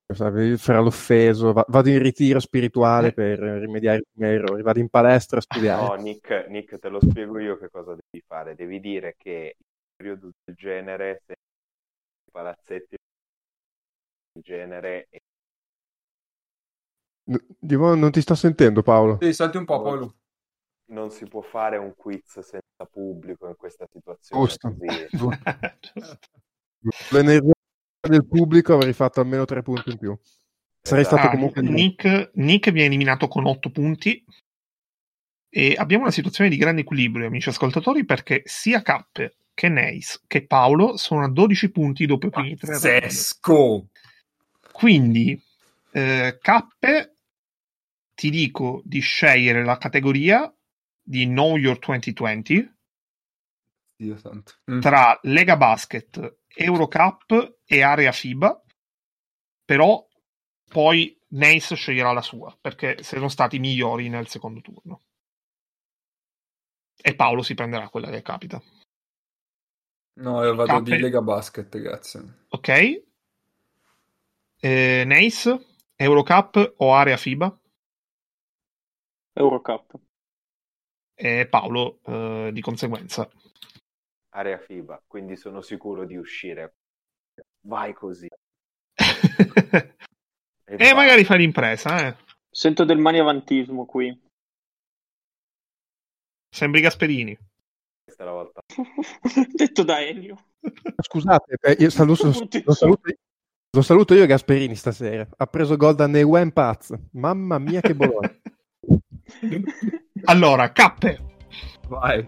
F: vabbè. Fra l'offeso, va- vado in retiro spirituale per rimediare i miei errori. Vado in palestra a studiare.
I: No, Nick, Nick, te lo spiego io che cosa devi fare. Devi dire che in un periodo del genere, se i palazzetti del genere e
F: N- di nuovo non ti sto sentendo, Paolo.
A: Sì, salti un po', Paolo.
I: non si può fare un quiz senza pubblico in questa situazione.
F: Giusto.
I: Così.
F: L'energia del pubblico avrei fatto almeno tre punti in più. Sarei
I: Esatto.
F: stato
E: Ah,
F: comunque.
E: Nick, Nick viene eliminato con 8 punti e abbiamo una situazione di grande equilibrio, amici ascoltatori, perché sia K che Neis che Paolo sono a 12 punti dopo i primi tre round.
A: Pazzesco.
E: Quindi, eh, K, ti dico di scegliere la categoria di Know Your 2020
A: Dio santo. Mm.
E: tra Lega Basket, Eurocup e Area FIBA, però poi Neis sceglierà la sua, perché sono stati migliori nel secondo turno. E Paolo si prenderà quella che capita.
A: No, io vado di
E: Cappe-
A: Lega Basket, grazie.
E: Ok? Eh, Neis, Eurocup o Area FIBA?
D: Eurocup.
E: E Paolo eh, di conseguenza.
I: Area FIBA, quindi sono sicuro di uscire. Vai così. E
E: e
I: vai.
E: magari fa l'impresa, eh.
D: Sento del maniavantismo qui. (laughs)
E: Sembri Gasperini.
I: Questa è la volta.
D: Detto da Elio.
F: Scusate, eh, io saluto, lo, saluto, lo saluto io Gasperini stasera. Ha preso gol da Neuen Paz. Mamma
A: (laughs)
F: mia, che bologna!
E: (laughs) allora, K,
A: Vai.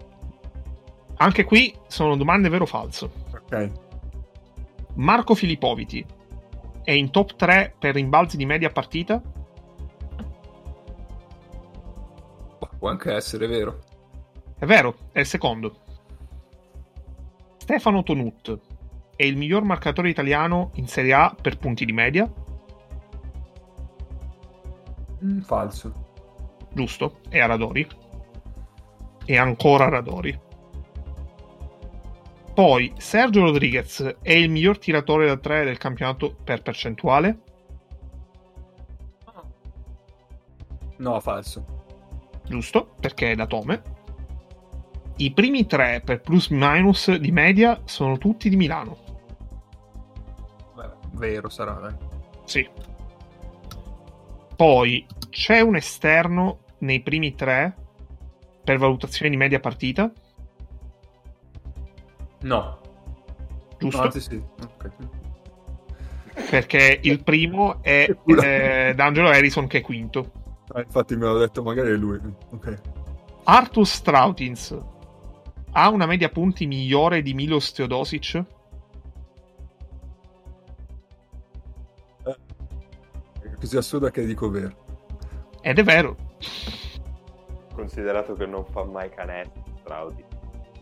E: anche qui sono domande vero o falso.
A: Ok.
E: Marco Filippoviti è in top 3 per rimbalzi di media partita?
A: Può anche essere vero.
E: È vero, è il secondo. Stefano Tonut è il miglior marcatore italiano in Serie A per punti di media,
A: Mm, falso.
E: giusto? È a Radori. E ancora a Radori. Poi Sergio Rodriguez è il miglior tiratore da 3 del campionato per percentuale?
A: No, falso.
E: giusto? Perché è da Tome. I primi tre per plus minus di media sono tutti di Milano.
A: Beh, vero sarà, dai.
E: Sì. Poi c'è un esterno nei primi tre per valutazione di media partita,
A: No.
E: giusto?
A: Anzi, Ah, sì. Ok.
E: Perché il primo è eh, D'Angelo Harrison che è quinto.
A: Ah, infatti me l'ho detto magari è lui. Ok.
E: Arthur Strautins ha una media punti migliore di Milos Teodosic?
A: È così assurda che dico vero.
E: Ed è vero.
I: Considerato che non fa mai canestro, Straudi.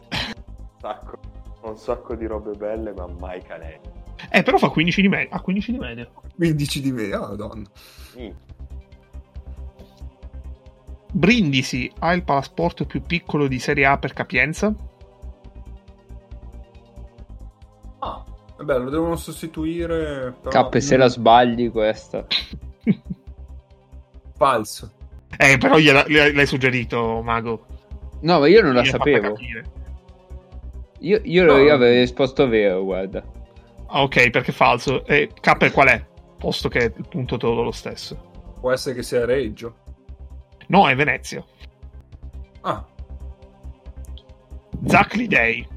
I: (coughs) Un sacco, un sacco di robe belle, ma mai canestro.
E: Eh, però fa 15 di media. Ha 15 di media.
A: 15 di me, oh, madonna.
I: Mm.
E: Brindisi ha il palasport più piccolo di Serie A per capienza? (laughs)
A: Ah, vabbè, lo devono sostituire. Però...
B: K, se la sbagli questa.
A: Falso.
E: Eh, però gliela- le- l'hai suggerito, Mago.
B: No, ma io non la
E: Gliel'hai fatta
B: sapevo.
E: capire.
B: Io, io-
A: No.
B: io avevo risposto vero, guarda.
E: Ah, ok, perché è falso. E K qual è? Posto che il punto te lo do lo stesso.
A: Può essere che sia Reggio.
E: No, è Venezia.
A: Ah,
E: Zach Lidei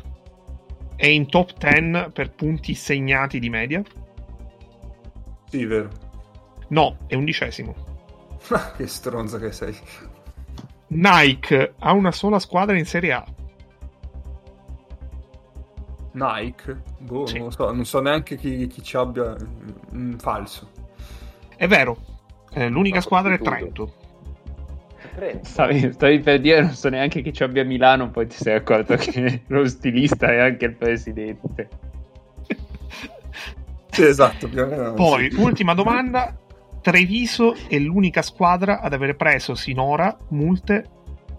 E: è in top 10 per punti segnati di media?
A: sì, vero. (laughs)
E: No, è undicesimo.
A: che stronza che sei.
E: Nike ha una sola squadra in Serie A.
A: Nike? Boh,
E: Sì.
A: non, lo so, non so neanche chi, chi ci abbia. Mm, falso.
E: È vero. Eh, l'unica
I: Ma
E: squadra è
I: costituito.
E: Trento.
I: Trento.
B: Eh, Stavi, stavi per dire, non so neanche chi ci abbia a Milano, poi ti sei accorto che (laughs) lo stilista è anche il presidente.
A: Sì, esatto. più o meno,
E: Poi,
A: sì.
E: ultima domanda. Treviso è l'unica squadra ad aver preso sinora multe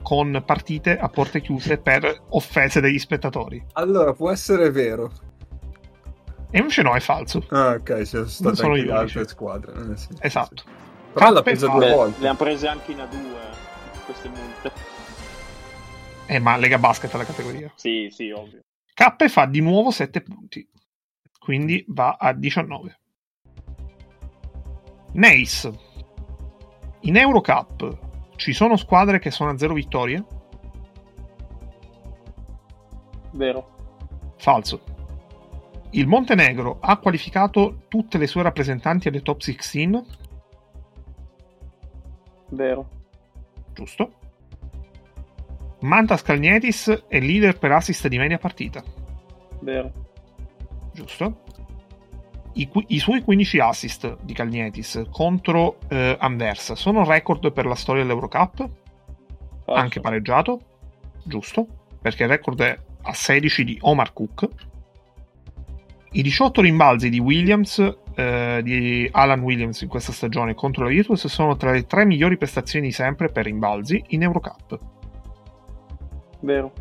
E: con partite a porte chiuse per offese degli spettatori.
A: Allora, può essere vero.
E: E invece no, è falso.
A: Ah, ok, ci sono state
E: sono
A: anche
E: io,
A: le altre
E: dicevo.
A: squadre. eh, sì, sì,
E: Esatto.
A: sì. Però l'ha
E: Cappe-
A: presa
E: Beh,
A: due
D: Beh, le
A: volte.
D: hanno prese anche in A2 queste multe.
E: Eh, ma Lega Basket è la categoria.
D: Sì, sì, ovvio.
E: K fa di nuovo 7 punti, quindi va a 19. Neis, in Eurocup ci sono squadre che sono a 0 vittorie?
D: Vero.
E: Falso. Il Montenegro ha qualificato tutte le sue rappresentanti alle top 16?
D: Vero.
E: Giusto. Mantas Kalnietis è leader per assist di media partita?
D: Vero.
E: Giusto. I, qui- i suoi 15 assist di Calnietis contro eh, Anversa sono record per la storia dell'Eurocup,
D: Falso.
E: anche pareggiato, giusto, perché il record è a 16 di Omar Cook. I 18 rimbalzi di Williams, eh, di Alan Williams in questa stagione contro la Virtus sono tra le tre migliori prestazioni di sempre per rimbalzi in Eurocup.
D: Vero.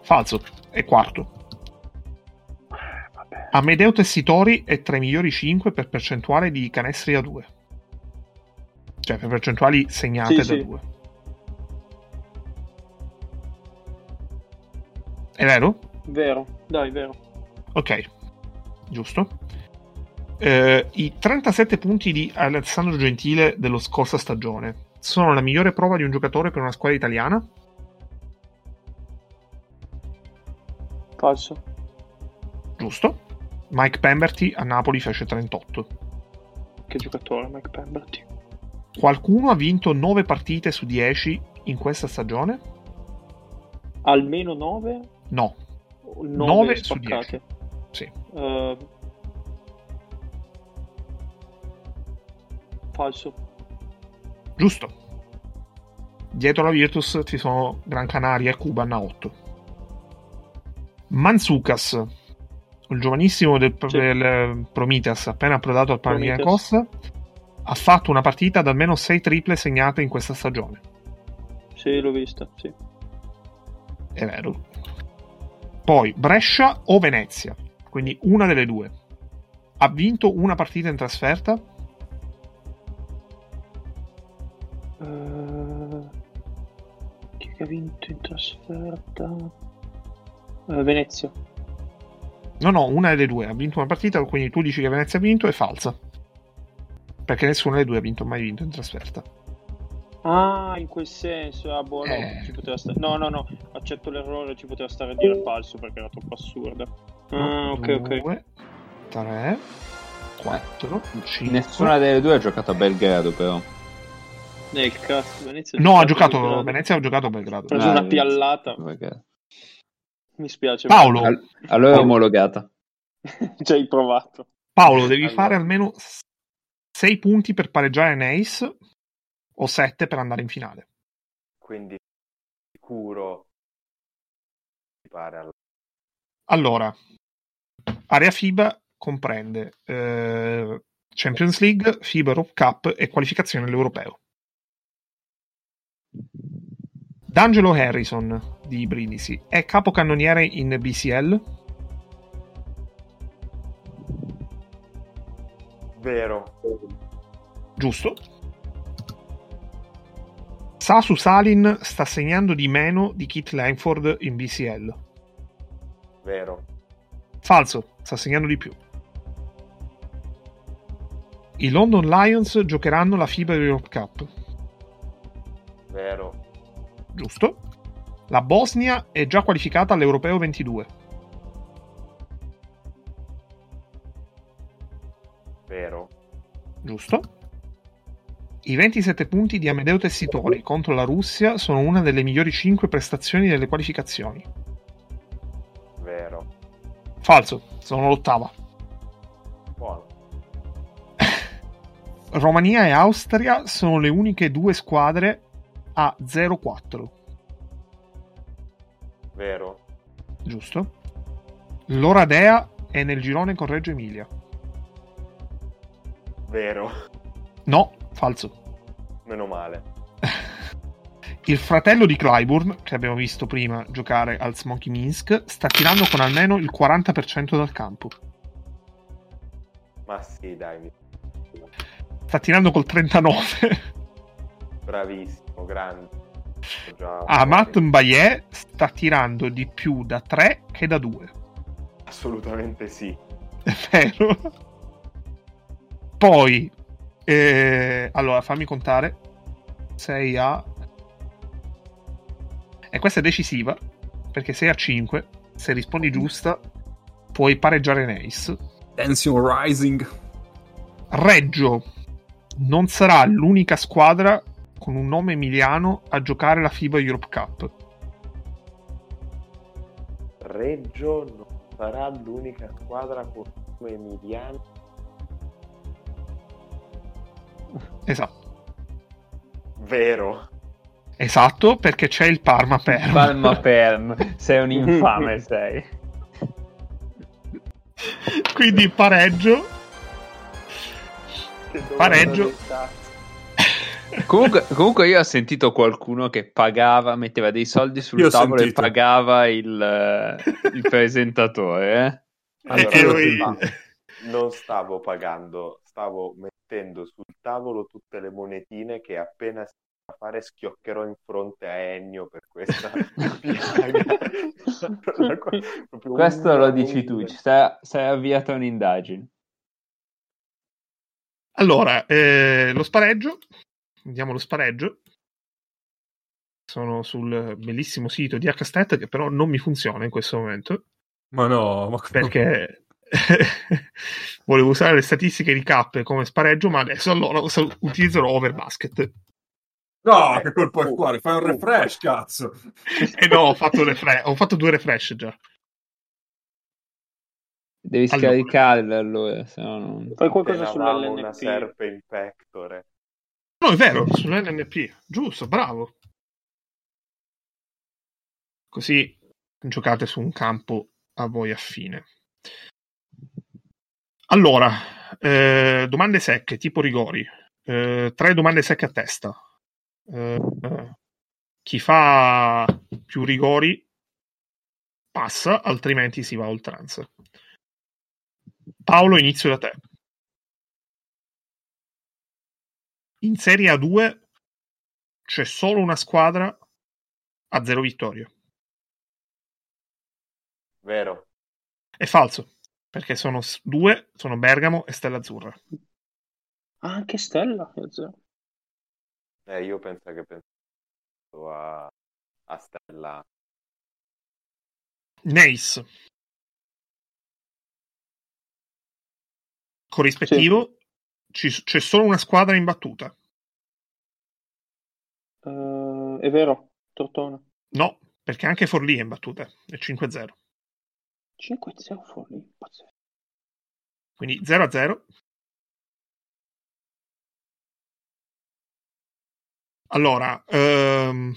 E: Falso, è quarto. Amedeo Tessitori è tra i migliori 5 per percentuale di canestri da 2. Cioè per percentuali segnate
D: Sì,
E: da
D: sì.
E: 2. È vero?
D: Vero. Dai, vero.
E: Ok, giusto. Eh, I 37 punti di Alessandro Gentile dello scorsa stagione sono la migliore prova di un giocatore per una squadra italiana?
D: Falso.
E: Giusto. Mike Pemberty a Napoli fece 38.
D: Che giocatore, Mike Pemberty.
E: Qualcuno ha vinto 9 partite su 10 in questa stagione?
D: Almeno 9?
E: No,
D: 9,
E: Nove su
D: spaccate.
E: sì.
D: Eh, falso.
E: Giusto. Dietro la Virtus ci sono Gran Canaria e Cuban a 8. Manzukas, il giovanissimo del,
D: Sì.
E: del Prometheus, appena approdato al
D: Prometheus.
E: Panathinaikos, ha fatto una partita ad almeno 6 triple segnate in questa stagione.
D: Sì, l'ho vista. Sì.
E: È vero. Poi Brescia o Venezia, quindi una delle due. Ha vinto una partita in trasferta?
D: Eh, chi è che ha vinto in trasferta? Eh, Venezia.
E: No, no, una delle due ha vinto una partita, quindi tu dici che Venezia ha vinto, è falsa. Perché nessuna delle due ha vinto mai vinto in trasferta.
D: Ah, in quel senso. Ah, boh, no,
E: Eh.
D: ci poteva sta- no, no, no, accetto l'errore, ci poteva stare a dire falso perché era troppo assurda. Ah, ok, ok.
E: 2, 3, 4, 5.
B: Nessuna delle due ha giocato a Belgrado, però.
D: Eh, cazzo, Venezia
E: No, ha giocato
D: Belgrado.
E: Venezia, ha giocato a Belgrado.
D: preso una
B: Ah,
D: piallata.
B: perché-
D: Mi spiace.
E: Paolo,
D: (laughs)
B: Al- allora è omologata.
D: Ci hai (laughs) provato.
E: Paolo, devi
D: Allora.
E: fare almeno 6 punti per pareggiare Neis o 7 per andare in finale.
I: quindi sicuro mi pare alla-
E: Allora, area FIBA comprende eh, Champions League, FIBA Europe Cup e qualificazione all'Europeo. D'Angelo Harrison di Brindisi è capocannoniere in BCL?
I: vero
E: Giusto. Sasu Salin sta segnando di meno di Kit Langford in BCL.
I: vero
E: Falso, sta segnando di più. I London Lions giocheranno la FIBA Europe Cup,
I: vero
E: giusto? La Bosnia è già qualificata all'Europeo 22.
I: vero
E: Giusto. I 27 punti di Amedeo Tessitori contro la Russia sono una delle migliori 5 prestazioni delle qualificazioni.
I: vero
E: Falso, sono l'ottava.
I: buono
E: Romania e Austria sono le uniche due squadre a 0-4.
I: vero
E: Giusto. L'Oradea è nel girone con Reggio Emilia.
I: vero (laughs)
E: No, falso.
I: meno male
E: Il fratello di Clyburn, che abbiamo visto prima giocare al Smoky Minsk, sta tirando con almeno il 40% dal campo.
I: ma sì dai mi-
E: Sta tirando col 39.
I: bravissimo grande Sono già
E: Amat
I: fuori.
E: Ah, Mbaye sta tirando di più da 3 che da 2.
I: assolutamente sì
E: È vero. Poi, eh, allora fammi contare. 6 a. E questa è decisiva. Perché 6 a 5. Se rispondi giusta, puoi pareggiare in ace.
A: Dancing Rising.
E: Reggio non sarà l'unica squadra con un nome emiliano a giocare la FIBA Europe Cup.
I: Reggio non sarà l'unica squadra con come Emiliano
E: Esatto.
I: vero
E: Esatto, perché c'è il Parma per.
B: Palma Perm, sei un infame, sei.
E: (laughs) Quindi pareggio. Pareggio.
B: Comunque, comunque io ho sentito qualcuno che pagava, metteva dei soldi sul
A: Io ho
B: tavolo
A: sentito.
B: e pagava il, eh, il presentatore. eh.
I: Allora,
E: E- e
A: io
E: lui-
A: ti-
I: non stavo pagando, stavo mettendo sul tavolo tutte le monetine che appena si a fare schioccherò in fronte a Ennio
B: (laughs)
I: per questa piaga. Una co- proprio
B: Questo
I: una
B: lo dici tu,
I: moneta.
B: ci sei, sei avviata un'indagine.
E: (laughs) Allora, eh, lo spareggio, vediamo lo spareggio. Sono sul bellissimo sito di Hstat che però non mi funziona in questo momento
A: Ma no, ma
E: perché (laughs) volevo usare le statistiche di K come spareggio, ma adesso allora uso- utilizzerò Overbasket. (laughs)
A: No, che colpo al cuore, fai un refresh, cazzo.
E: E no, ho fatto, refre- ho fatto due refresh già.
B: Devi
E: Allora.
B: scaricarla allora, se no non...
D: Fai qualcosa
I: Tenevamo una
D: sull'LNP.
I: serpe in pectore.
E: No, è vero, sull'NMP, giusto, bravo. Così giocate su un campo a voi affine. Allora, eh, domande secche, tipo rigori. Eh, tre domande secche a testa. Eh, eh, chi fa più rigori passa, altrimenti si va a oltranza. Paolo, inizio da te. in Serie A2 c'è solo una squadra a zero vittorie.
I: Vero?
E: È falso, perché sono s- due, sono Bergamo e Stella Azzurra.
D: Ah, anche Stella. è zero.
I: Eh, io penso che penso a, a Stella.
E: Neis. Corrispettivo, ci- c'è solo una squadra imbattuta.
D: Eh, è vero, Tortona.
E: No, perché anche Forlì è in battuta, è 5-0.
D: 5-0 fuori. Pazzesco.
E: Quindi 0-0. Allora, ehm,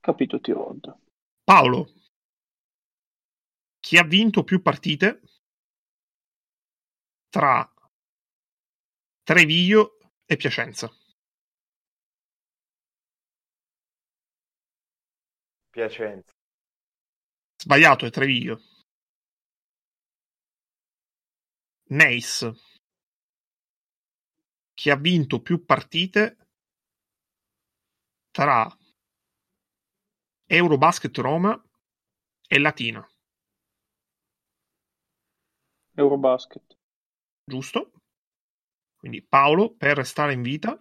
D: Capito Tirod.
E: Paolo, chi ha vinto più partite tra Treviglio e Piacenza?
I: Piacenza.
E: Sbagliato è Treviglio. Neis. Chi ha vinto più partite tra Eurobasket Roma e Latina,
D: Eurobasket.
E: giusto? Quindi Paolo, per restare in vita,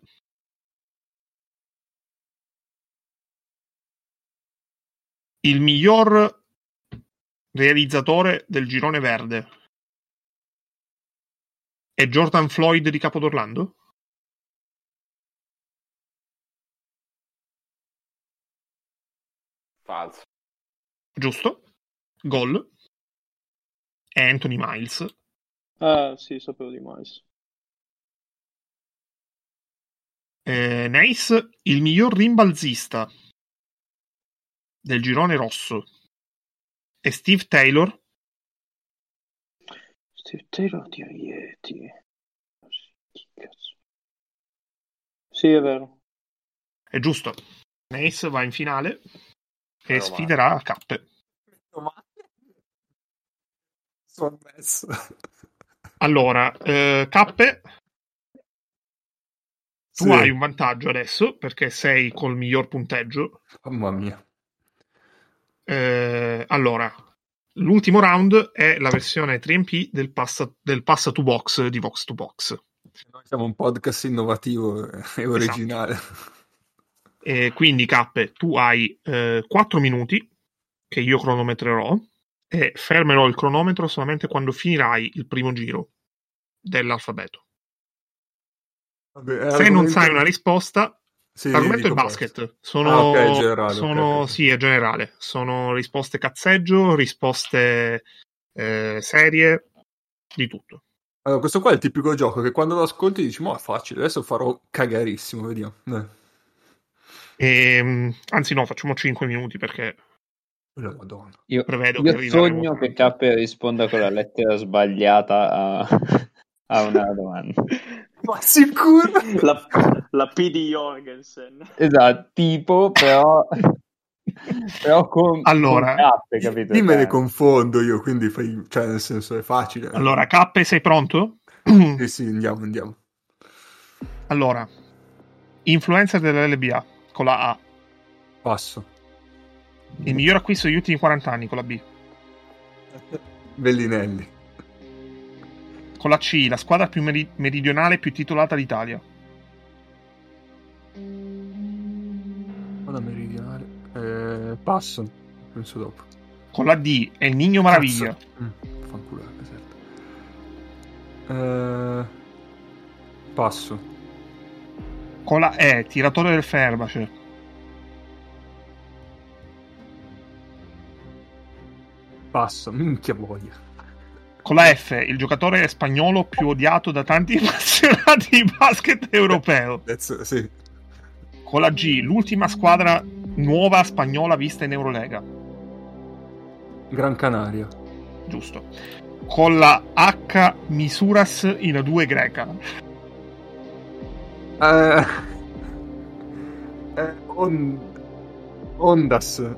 E: il miglior realizzatore del girone verde è Jordan Floyd di Capodorlando?
I: Falso.
E: giusto? Gol è Anthony Miles.
D: Ah, sì, sapevo di mais.
E: Eh, Neis, il miglior rimbalzista del girone rosso è Steve Taylor,
D: Steve Taylor di Rieti. Ah, Chi cazzo? Sì, è vero.
E: è giusto. Neis va in finale e
I: Meno male.
E: sfiderà Cappe.
A: Sono messo.
E: Allora, eh, Cappe, tu
A: Sì.
E: hai un vantaggio adesso perché sei col miglior punteggio.
A: Mamma mia.
E: Eh, allora, l'ultimo round è la versione 3MP del passa, del passa to box di Vox to Box.
A: Noi siamo un podcast innovativo e
E: Esatto.
A: originale.
E: E quindi, Cappe, tu hai 4 minuti che io cronometrerò e fermerò il cronometro solamente quando finirai il primo giro dell'alfabeto.
A: Vabbè, è
E: Se non
A: argomento-
E: sai una risposta,
A: Sì,
E: l'argomento è
A: dico
E: il
A: basta.
E: basket. Sono,
A: Ah, ok, generale,
E: sono-
A: ok, ok.
E: Sì, è generale. Sono risposte cazzeggio, risposte eh, serie, di tutto.
A: Allora, questo qua è il tipico gioco che quando lo ascolti dici, ma è facile, adesso farò cagarissimo, vediamo. Eh,
E: Ehm, anzi, no, facciamo 5 minuti perché
A: Eh. la Madonna.
B: Io,
E: Prevedo
B: io
E: che arriveremo
B: sogno che K
E: tanto.
B: risponda con la lettera sbagliata a, (laughs) a una domanda.
A: Ma sicuro?
D: La, la P di Jorgensen.
B: Esatto, tipo,
E: (laughs)
B: però, però con,
E: Allora,
B: con K, (laughs) capito?
A: Lì me
B: Cioè,
A: ne confondo io, quindi fai... cioè, nel senso è facile. Eh
E: Allora, Cappe, sei pronto? (clears throat)
A: Sì, sì, andiamo, andiamo.
E: Allora, influencer dell'LBA con la A,
A: Passo.
E: il miglior acquisto degli ultimi 40 anni con la B,
A: Bellinelli.
E: con la C, la squadra più meri- meridionale e più titolata d'Italia,
A: Vado a meridionale. Eh, passo. Penso dopo.
E: con la D è il Nino Maraviglia,
A: Cazzo. Mm, fanculate, certo. Eh, passo.
E: con la E, tiratore del Ferbace,
A: Passo. Minchia voglia.
E: con la F, il giocatore spagnolo più odiato da tanti (laughs) appassionati di basket
A: (laughs)
E: europeo,
A: Adesso, sì.
E: con la G, l'ultima squadra nuova spagnola vista in Eurolega,
A: Gran Canaria.
E: giusto, con la H, Misuras in A2 greca,
A: Eh, eh, on- Ondas.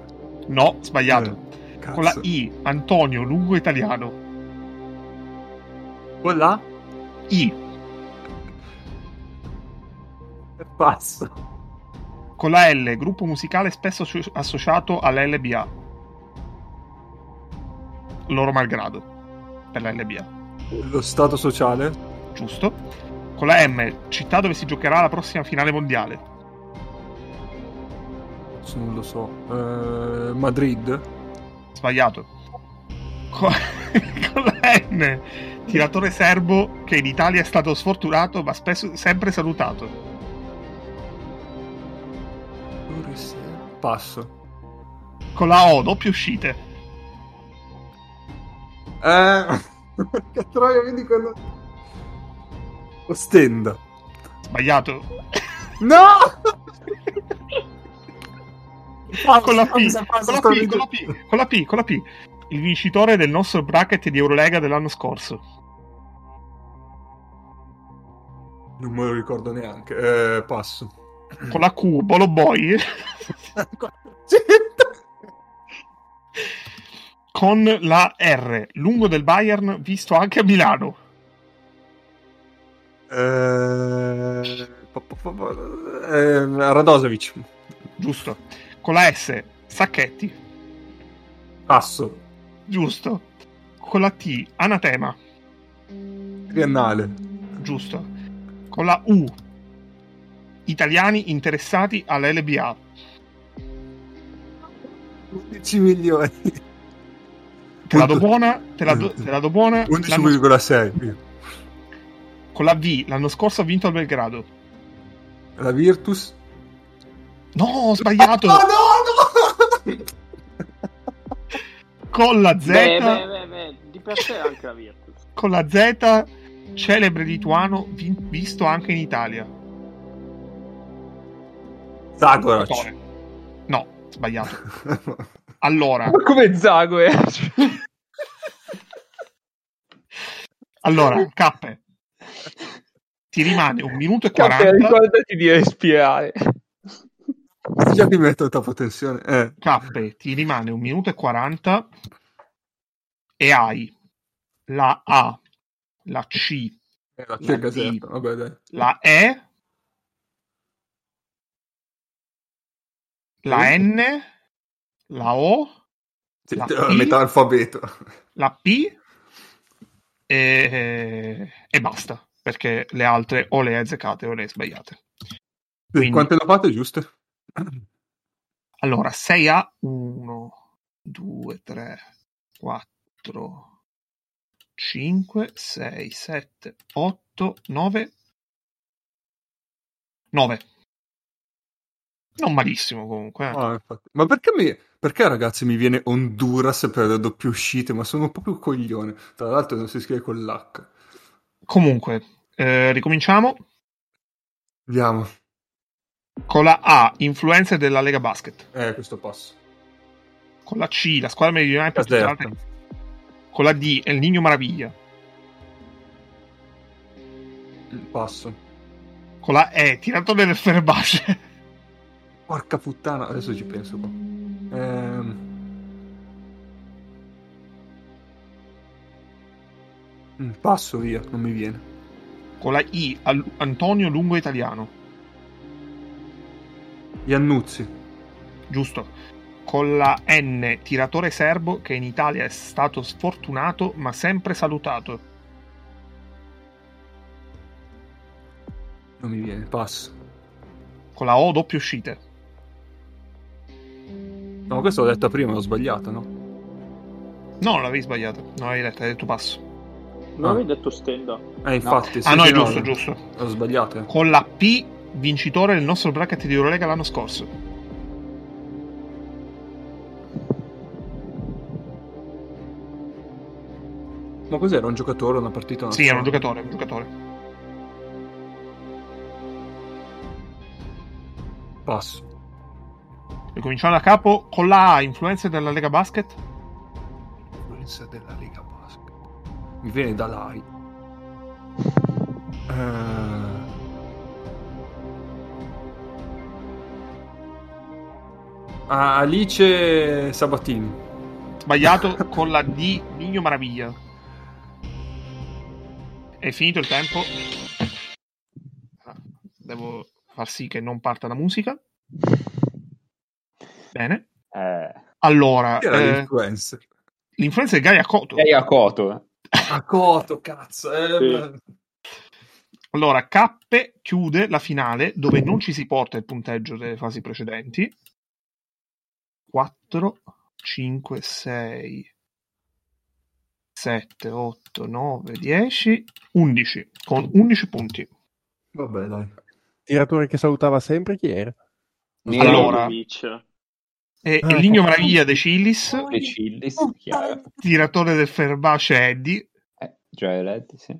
E: no, sbagliato.
A: Eh, cazzo.
E: con la I, Antonio Lungo Italiano.
A: Con la
E: I,
A: Passo.
E: con la L, gruppo musicale spesso associ- associato all'LBA. Loro malgrado, per la LBA,
A: Lo stato sociale.
E: giusto? Con la M, città dove si giocherà la prossima finale mondiale.
A: Se non lo so. Eh, Madrid.
E: Sbagliato. Con, (laughs) con la N, tiratore serbo che in Italia è stato sfortunato ma spesso sempre salutato.
A: missile. Passo.
E: Con la O, doppie uscite.
A: Eh... (laughs) che troia, vedi quello... Ostenda.
E: Sbagliato. (laughs)
A: No!
E: Con la P,
A: Pausa,
E: con
A: pausa,
E: la P, con la P, con la P, con la P. Il vincitore del nostro bracket di Eurolega dell'anno scorso.
A: Non me lo ricordo neanche. Eh,
E: (laughs)
A: passo.
E: Con la Q, Bolo Boy. (laughs) Con la R, lungo del Bayern, visto anche a Milano.
A: Eh, pa- pa- pa- pa- eh, Radosevic.
E: Giusto. Con la S, Sacchetti.
A: Passo.
E: Giusto. Con la T, Anatema.
A: Triennale.
E: Giusto. Con la U, italiani interessati all'LBA.
A: 11 milioni.
E: Te la do buona, te la do, te Eh, la do buona. L'anno-
A: 11,6.
E: con la V, l'anno scorso ha vinto al Belgrado.
A: La Virtus.
E: No, ho sbagliato.
A: Ah, (laughs) no, no!
E: Con la Z,
D: Beh, beh, beh, beh, di per sé anche la Virtus.
E: con la Z, celebre lituano vi- visto anche in Italia.
A: Zagorac.
E: No, sbagliato. Allora,
B: Ma come Zago (laughs) eh?
E: allora, Cappe. Ti rimane un minuto e
B: Cappe,
E: 40.
B: ricordati di respirare.
A: Già mi metto a tappo tensione. Eh,
E: Cappe, ti rimane un minuto e 40 e hai la A, la C,
A: eh, la cerca
E: La D.
A: certo. Vabbè, dai.
E: la E, la N, la O,
A: Sì,
E: La
A: eh,
E: P.
A: metà alfabeto.
E: la P e, e basta, perché le altre o le hai azzeccate o le hai sbagliate. Quindi-
A: Quante l'ho fatte giuste?
E: Allora, 6 a 1, 2, 3, 4, 5, 6, 7, 8, 9, 9. Non malissimo comunque. eh.
A: Ah, infatti. Ma perché, mi- perché, ragazzi mi viene Honduras per le doppie uscite? Ma sono proprio un coglione. Tra l'altro non si scrive con l'H.
E: Comunque, eh, ricominciamo
A: Vediamo.
E: con la A, influenze della Lega Basket,
A: Eh, questo passo.
E: con la C, la squadra meridionale più
A: Caserta.
E: titolata, con la D, El Niño Maraviglia,
A: Passo.
E: con la E, tiratore del Fenerbahce,
A: Porca puttana. Adesso ci penso qua. Ehm. Mm, Passo via, non mi viene.
E: (laughs) con la I, Al- Antonio Lungo Italiano.
A: Iannuzzi.
E: giusto. Con la N, tiratore serbo che in Italia è stato sfortunato ma sempre salutato.
A: Non mi viene, passo.
E: Con la O, doppie uscite.
A: No, questo l'ho detta prima, l'ho sbagliato, no?
E: No, non l'avevi sbagliato, non l'avevi letto, hai detto passo.
A: Ah.
D: Non avevi detto stenda.
A: Eh, infatti. sì,
E: ah, no,
A: sì,
E: è giusto,
A: no,
E: giusto.
A: L'ho sbagliato. eh.
E: Con la P, vincitore del nostro bracket di Eurolega l'anno scorso.
A: Ma cos'era? Un giocatore, una partita?
E: Sì, era un giocatore, un giocatore.
A: Passo.
E: Ricominciamo da capo con la A, influenze della Lega Basket.
A: Influenza della Lega Basket. Mi viene da Lai.
E: Eh.
A: Ah, Alice Sabatini.
E: Sbagliato con la D, Nino Maraviglia. È finito il tempo. Ah, Devo far sì che non parta la musica. Bene.
B: Eh,
E: Allora,
A: Chi era
E: eh,
A: l'influencer?
E: l'influenza di Gaia Koto.
B: lei a Coto. eh.
A: A Coto, cazzo. eh,
E: Allora, Cappe chiude la finale dove non ci si porta il punteggio delle fasi precedenti. 4, 5, 6, 7, 8, 9, 10, 11 con 11 punti.
A: Vabbè, dai.
F: Tiratore che salutava sempre chi era?
B: Nero,
E: Allora.
D: Beach.
E: E e l'igno maraviglia De Cillis,
B: De Cillis, chiaro.
E: tiratore del Ferbace Eddy,
B: Eh, Joel Eddy, sì.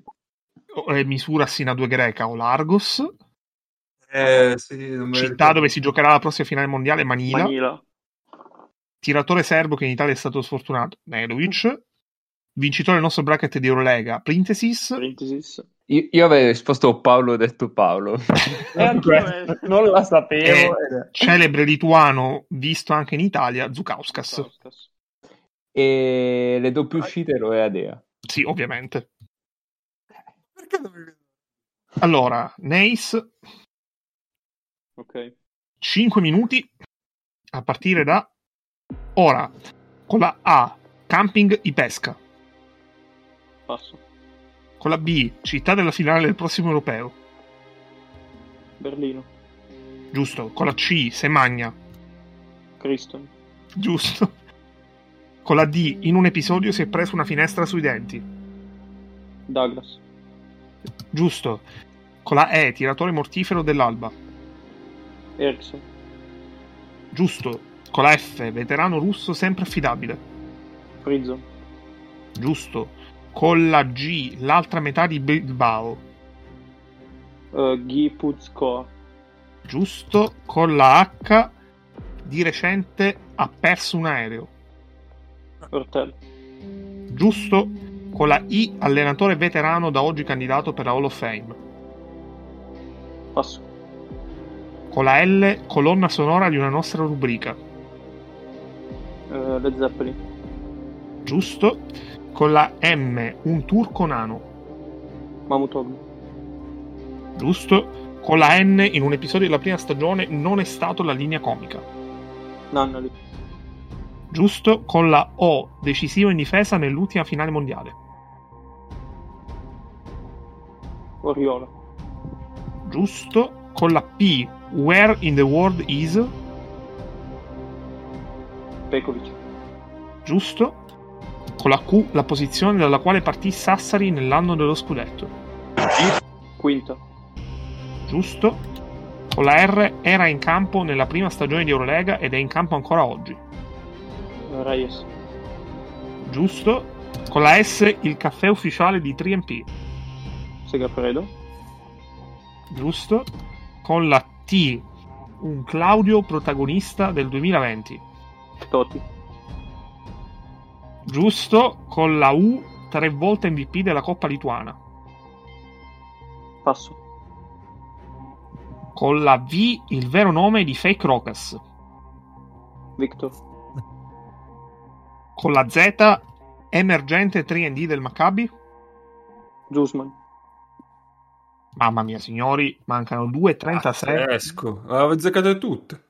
E: eh, misura sino a due greca o Largos,
A: Eh, sì, non me lo
E: città
A: ricordo.
E: dove si giocherà la prossima finale mondiale Manila,
D: Manila.
E: tiratore serbo che in Italia è stato sfortunato Nedovic, vincitore del nostro bracket di Eurolega Printesis,
D: Parenthesis.
B: Io, io avrei risposto Paolo, ho detto Paolo.
D: anch'io, eh.
B: non la sapevo.
E: Eh, celebre lituano visto anche in Italia Zukauskas.
D: Podcast.
B: E le doppie uscite lo è Adea.
E: Sì, ovviamente.
A: Perché non mi-
E: Allora, Neis,
D: Ok.
E: 5 minuti a partire da ora con la A Camping i Pesca,
D: Passo.
E: con la B Città della finale del prossimo europeo,
D: Berlino.
E: giusto, con la C Semagna,
D: Criston.
E: giusto, con la D in un episodio si è preso una finestra sui denti,
D: Douglas.
E: giusto, con la E Tiratore mortifero dell'alba,
D: Erickson.
E: giusto, con la F Veterano russo sempre affidabile,
D: Prison.
E: giusto, con la G l'altra metà di Bilbao,
D: eh, Guy Putzko.
E: giusto con la H di recente ha perso un aereo
D: Ortel.
E: giusto con la I allenatore veterano da oggi candidato per la Hall of Fame
D: Passo.
E: con la L colonna sonora di una nostra rubrica
D: Eh, Led Zeppelin.
E: giusto con la M un turco nano
D: Mamutoglu.
E: giusto con la N in un episodio della prima stagione non è stato la linea comica
D: Nannali.
E: giusto con la O decisivo in difesa nell'ultima finale mondiale
D: Oriola.
E: giusto con la P where in the world is
D: Pekovic.
E: giusto? Con la Q la posizione dalla quale partì Sassari nell'anno dello scudetto,
D: Quinta.
E: giusto? Con la R era in campo nella prima stagione di Eurolega ed è in campo ancora oggi,
D: eh, Reyes.
E: giusto? Con la S il caffè ufficiale di 3MP,
D: Segafredo.
E: giusto? Con la T un Claudio protagonista del 2020,
D: Toti.
E: giusto? Con la U tre volte MVP della Coppa Lituana,
D: Passo.
E: con la V il vero nome di Fake Rokas,
D: Victor.
E: con la Z emergente 3D del Maccabi.
D: Guzman.
E: Mamma mia, signori, mancano
D: Ah,
E: 2.36.
A: Pazzesco. Avevo giocato tutte.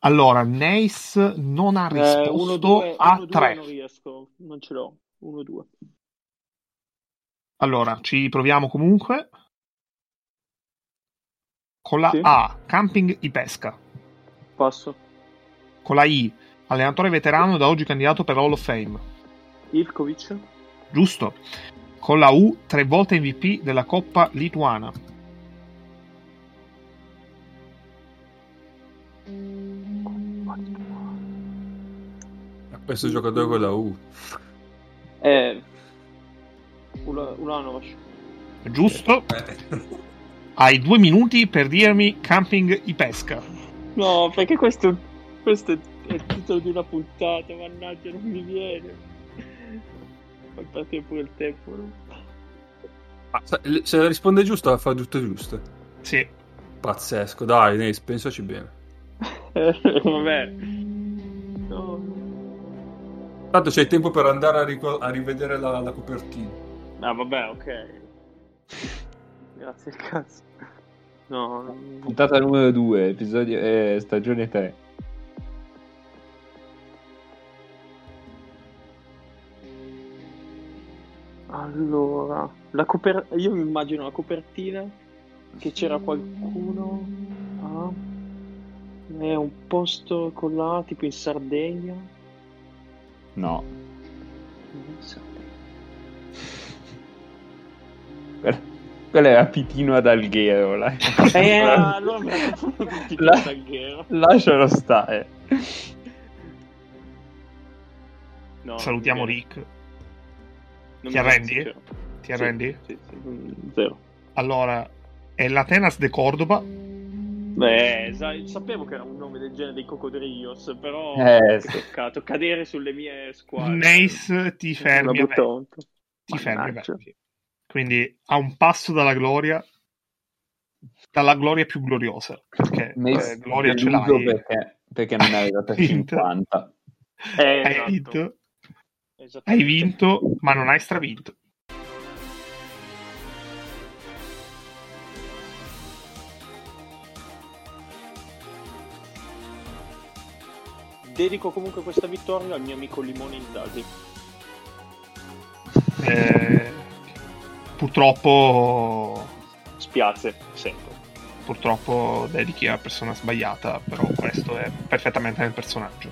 E: Allora, Neis non ha
D: Eh,
E: risposto
D: uno, due,
E: a
D: uno, due
E: 3.
D: Non riesco, non ce l'ho. 1-2.
E: Allora, ci proviamo comunque. Con la
D: Sì.
E: A, Camping i Pesca.
D: Passo.
E: Con la I, allenatore veterano da oggi candidato per Hall of Fame.
D: Ivkovic.
E: Giusto. Con la U, tre volte MVP della Coppa Lituana.
A: Questo giocatore con la U.
D: Eh, Ula- Ulanovac.
E: Giusto.
A: Eh.
E: Hai due minuti per dirmi Camping i Pesca.
D: No, perché questo, questo è è il titolo di una puntata, mannaggia, non mi viene. Fai partire pure il tempo. no?
A: Ah, se- Se risponde giusto, la fa tutto giusto.
E: Sì.
A: Pazzesco, dai, Neis, pensaci bene.
D: Eh, (laughs) Vabbè. No.
A: Tanto c'è tempo per andare a, ricor- a rivedere la, la copertina.
D: Ah, vabbè, ok. Grazie, cazzo. No, non-
B: Puntata numero 2, episodio, eh, stagione 3.
D: Allora, la coper- io mi immagino la copertina che c'era qualcuno a è un posto con la A, tipo in Sardegna.
B: No.
D: Non è in Sardegna.
B: Per- Quella era Pitino ad Alghero. la- (laughs)
D: Eh, allora mi ha confuso con Tito
B: La-
D: Taghero.
B: Lascialo stare.
D: No,
E: Salutiamo
D: non mi-
E: Rick.
D: non
E: Ti
D: mi-
E: arrendi?
D: zero.
E: Ti arrendi?
D: Sì, sì, mm, Zero.
E: Allora, è l'Atenas de Cordoba.
D: Beh, sai, sapevo che era un nome del genere dei Cocodrillos, però
B: Eh,
D: che
B: sì.
D: toccato cadere sulle mie squadre.
E: Nace ti fermi.
D: La
E: a
D: butto onto.
E: ti fermi,
D: Mannaggia.
E: beh, sì. Quindi a un passo dalla gloria, dalla gloria più gloriosa, perché
B: Mace
E: eh, gloria ce
B: deluso
E: l'hai.
B: perché, perché non è arrivato a
E: (laughs) Vinto.
B: 50.
D: Eh,
E: Hai
D: esatto.
E: vinto, hai
D: Esattamente.
E: vinto, ma non hai stravinto.
D: Dedico comunque questa vittoria al mio amico Limone Indasi.
E: Eh, purtroppo,
D: Spiace, sempre.
E: purtroppo dedichi a persona sbagliata, però questo è perfettamente nel personaggio.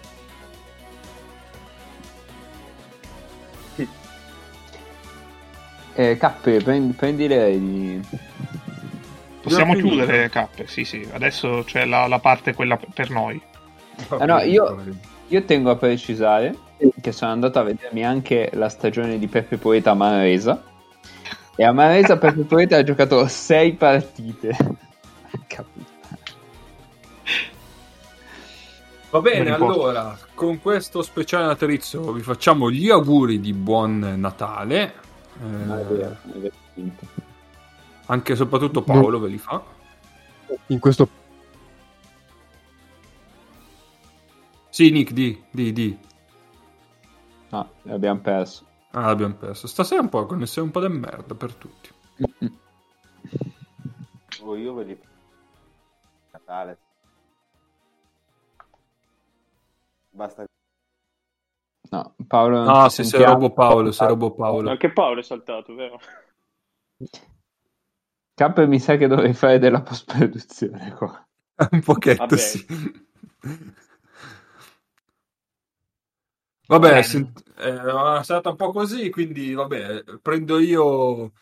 B: Eh, Cappe, prendi, prendi le di-
E: Possiamo
A: finito.
E: chiudere cappe, sì sì, adesso c'è la, la parte quella per noi.
B: Ah, no, io- Io tengo a precisare che sono andato a vedermi anche la stagione di Peppe Poeta a Maresa. E a Maresa
E: (laughs)
B: Peppe Poeta ha giocato 6 partite. Capito.
A: Va
E: Mi
A: bene,
E: ricordo.
A: allora, con questo speciale natalizio vi facciamo gli auguri di buon Natale. Eh,
B: Non è vero, non è vero, finito.
A: anche e soprattutto Paolo ve li fa.
F: In questo
A: Sì, Nick, di, di, di.
B: No, l'abbiamo perso.
A: Ah, l'abbiamo perso. Stasera un po' la connessione un po' di merda per tutti.
I: Oh, io ve li Natale. Basta
B: No, Paolo non
A: Ah,
B: ci
A: sì, se
B: sentiamo. Ah,
A: robo Paolo, se robo Paolo.
D: Anche Paolo è saltato, vero?
B: Cappe mi sa che dovrei fare della post-produzione qua.
A: (laughs) Un pochetto,
D: Vabbè.
A: sì. Vabbè,
E: Bene.
A: sent- eh, è una serata un po' così, quindi vabbè, prendo io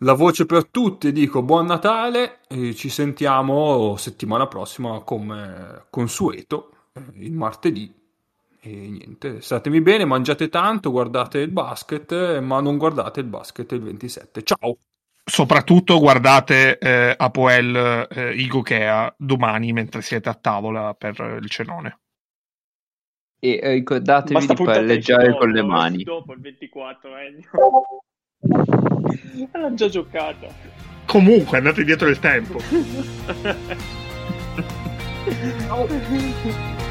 A: la voce per tutti, dico buon Natale e ci sentiamo settimana prossima come consueto, eh, il martedì. E niente, statemi bene, mangiate tanto, guardate il basket, eh, ma non guardate il basket il 27. Ciao!
E: Soprattutto guardate eh, Apoel eh, Igokea domani mentre siete a tavola per eh, il cenone.
B: E eh, ricordatevi
D: Basta
B: di
D: puntata di
B: palleggiare
D: dopo,
B: con le mani.
D: Dopo il 24, eh. (laughs) L'ha già giocata.
B: (laughs)
E: Comunque andate dietro il tempo.
D: Ciao.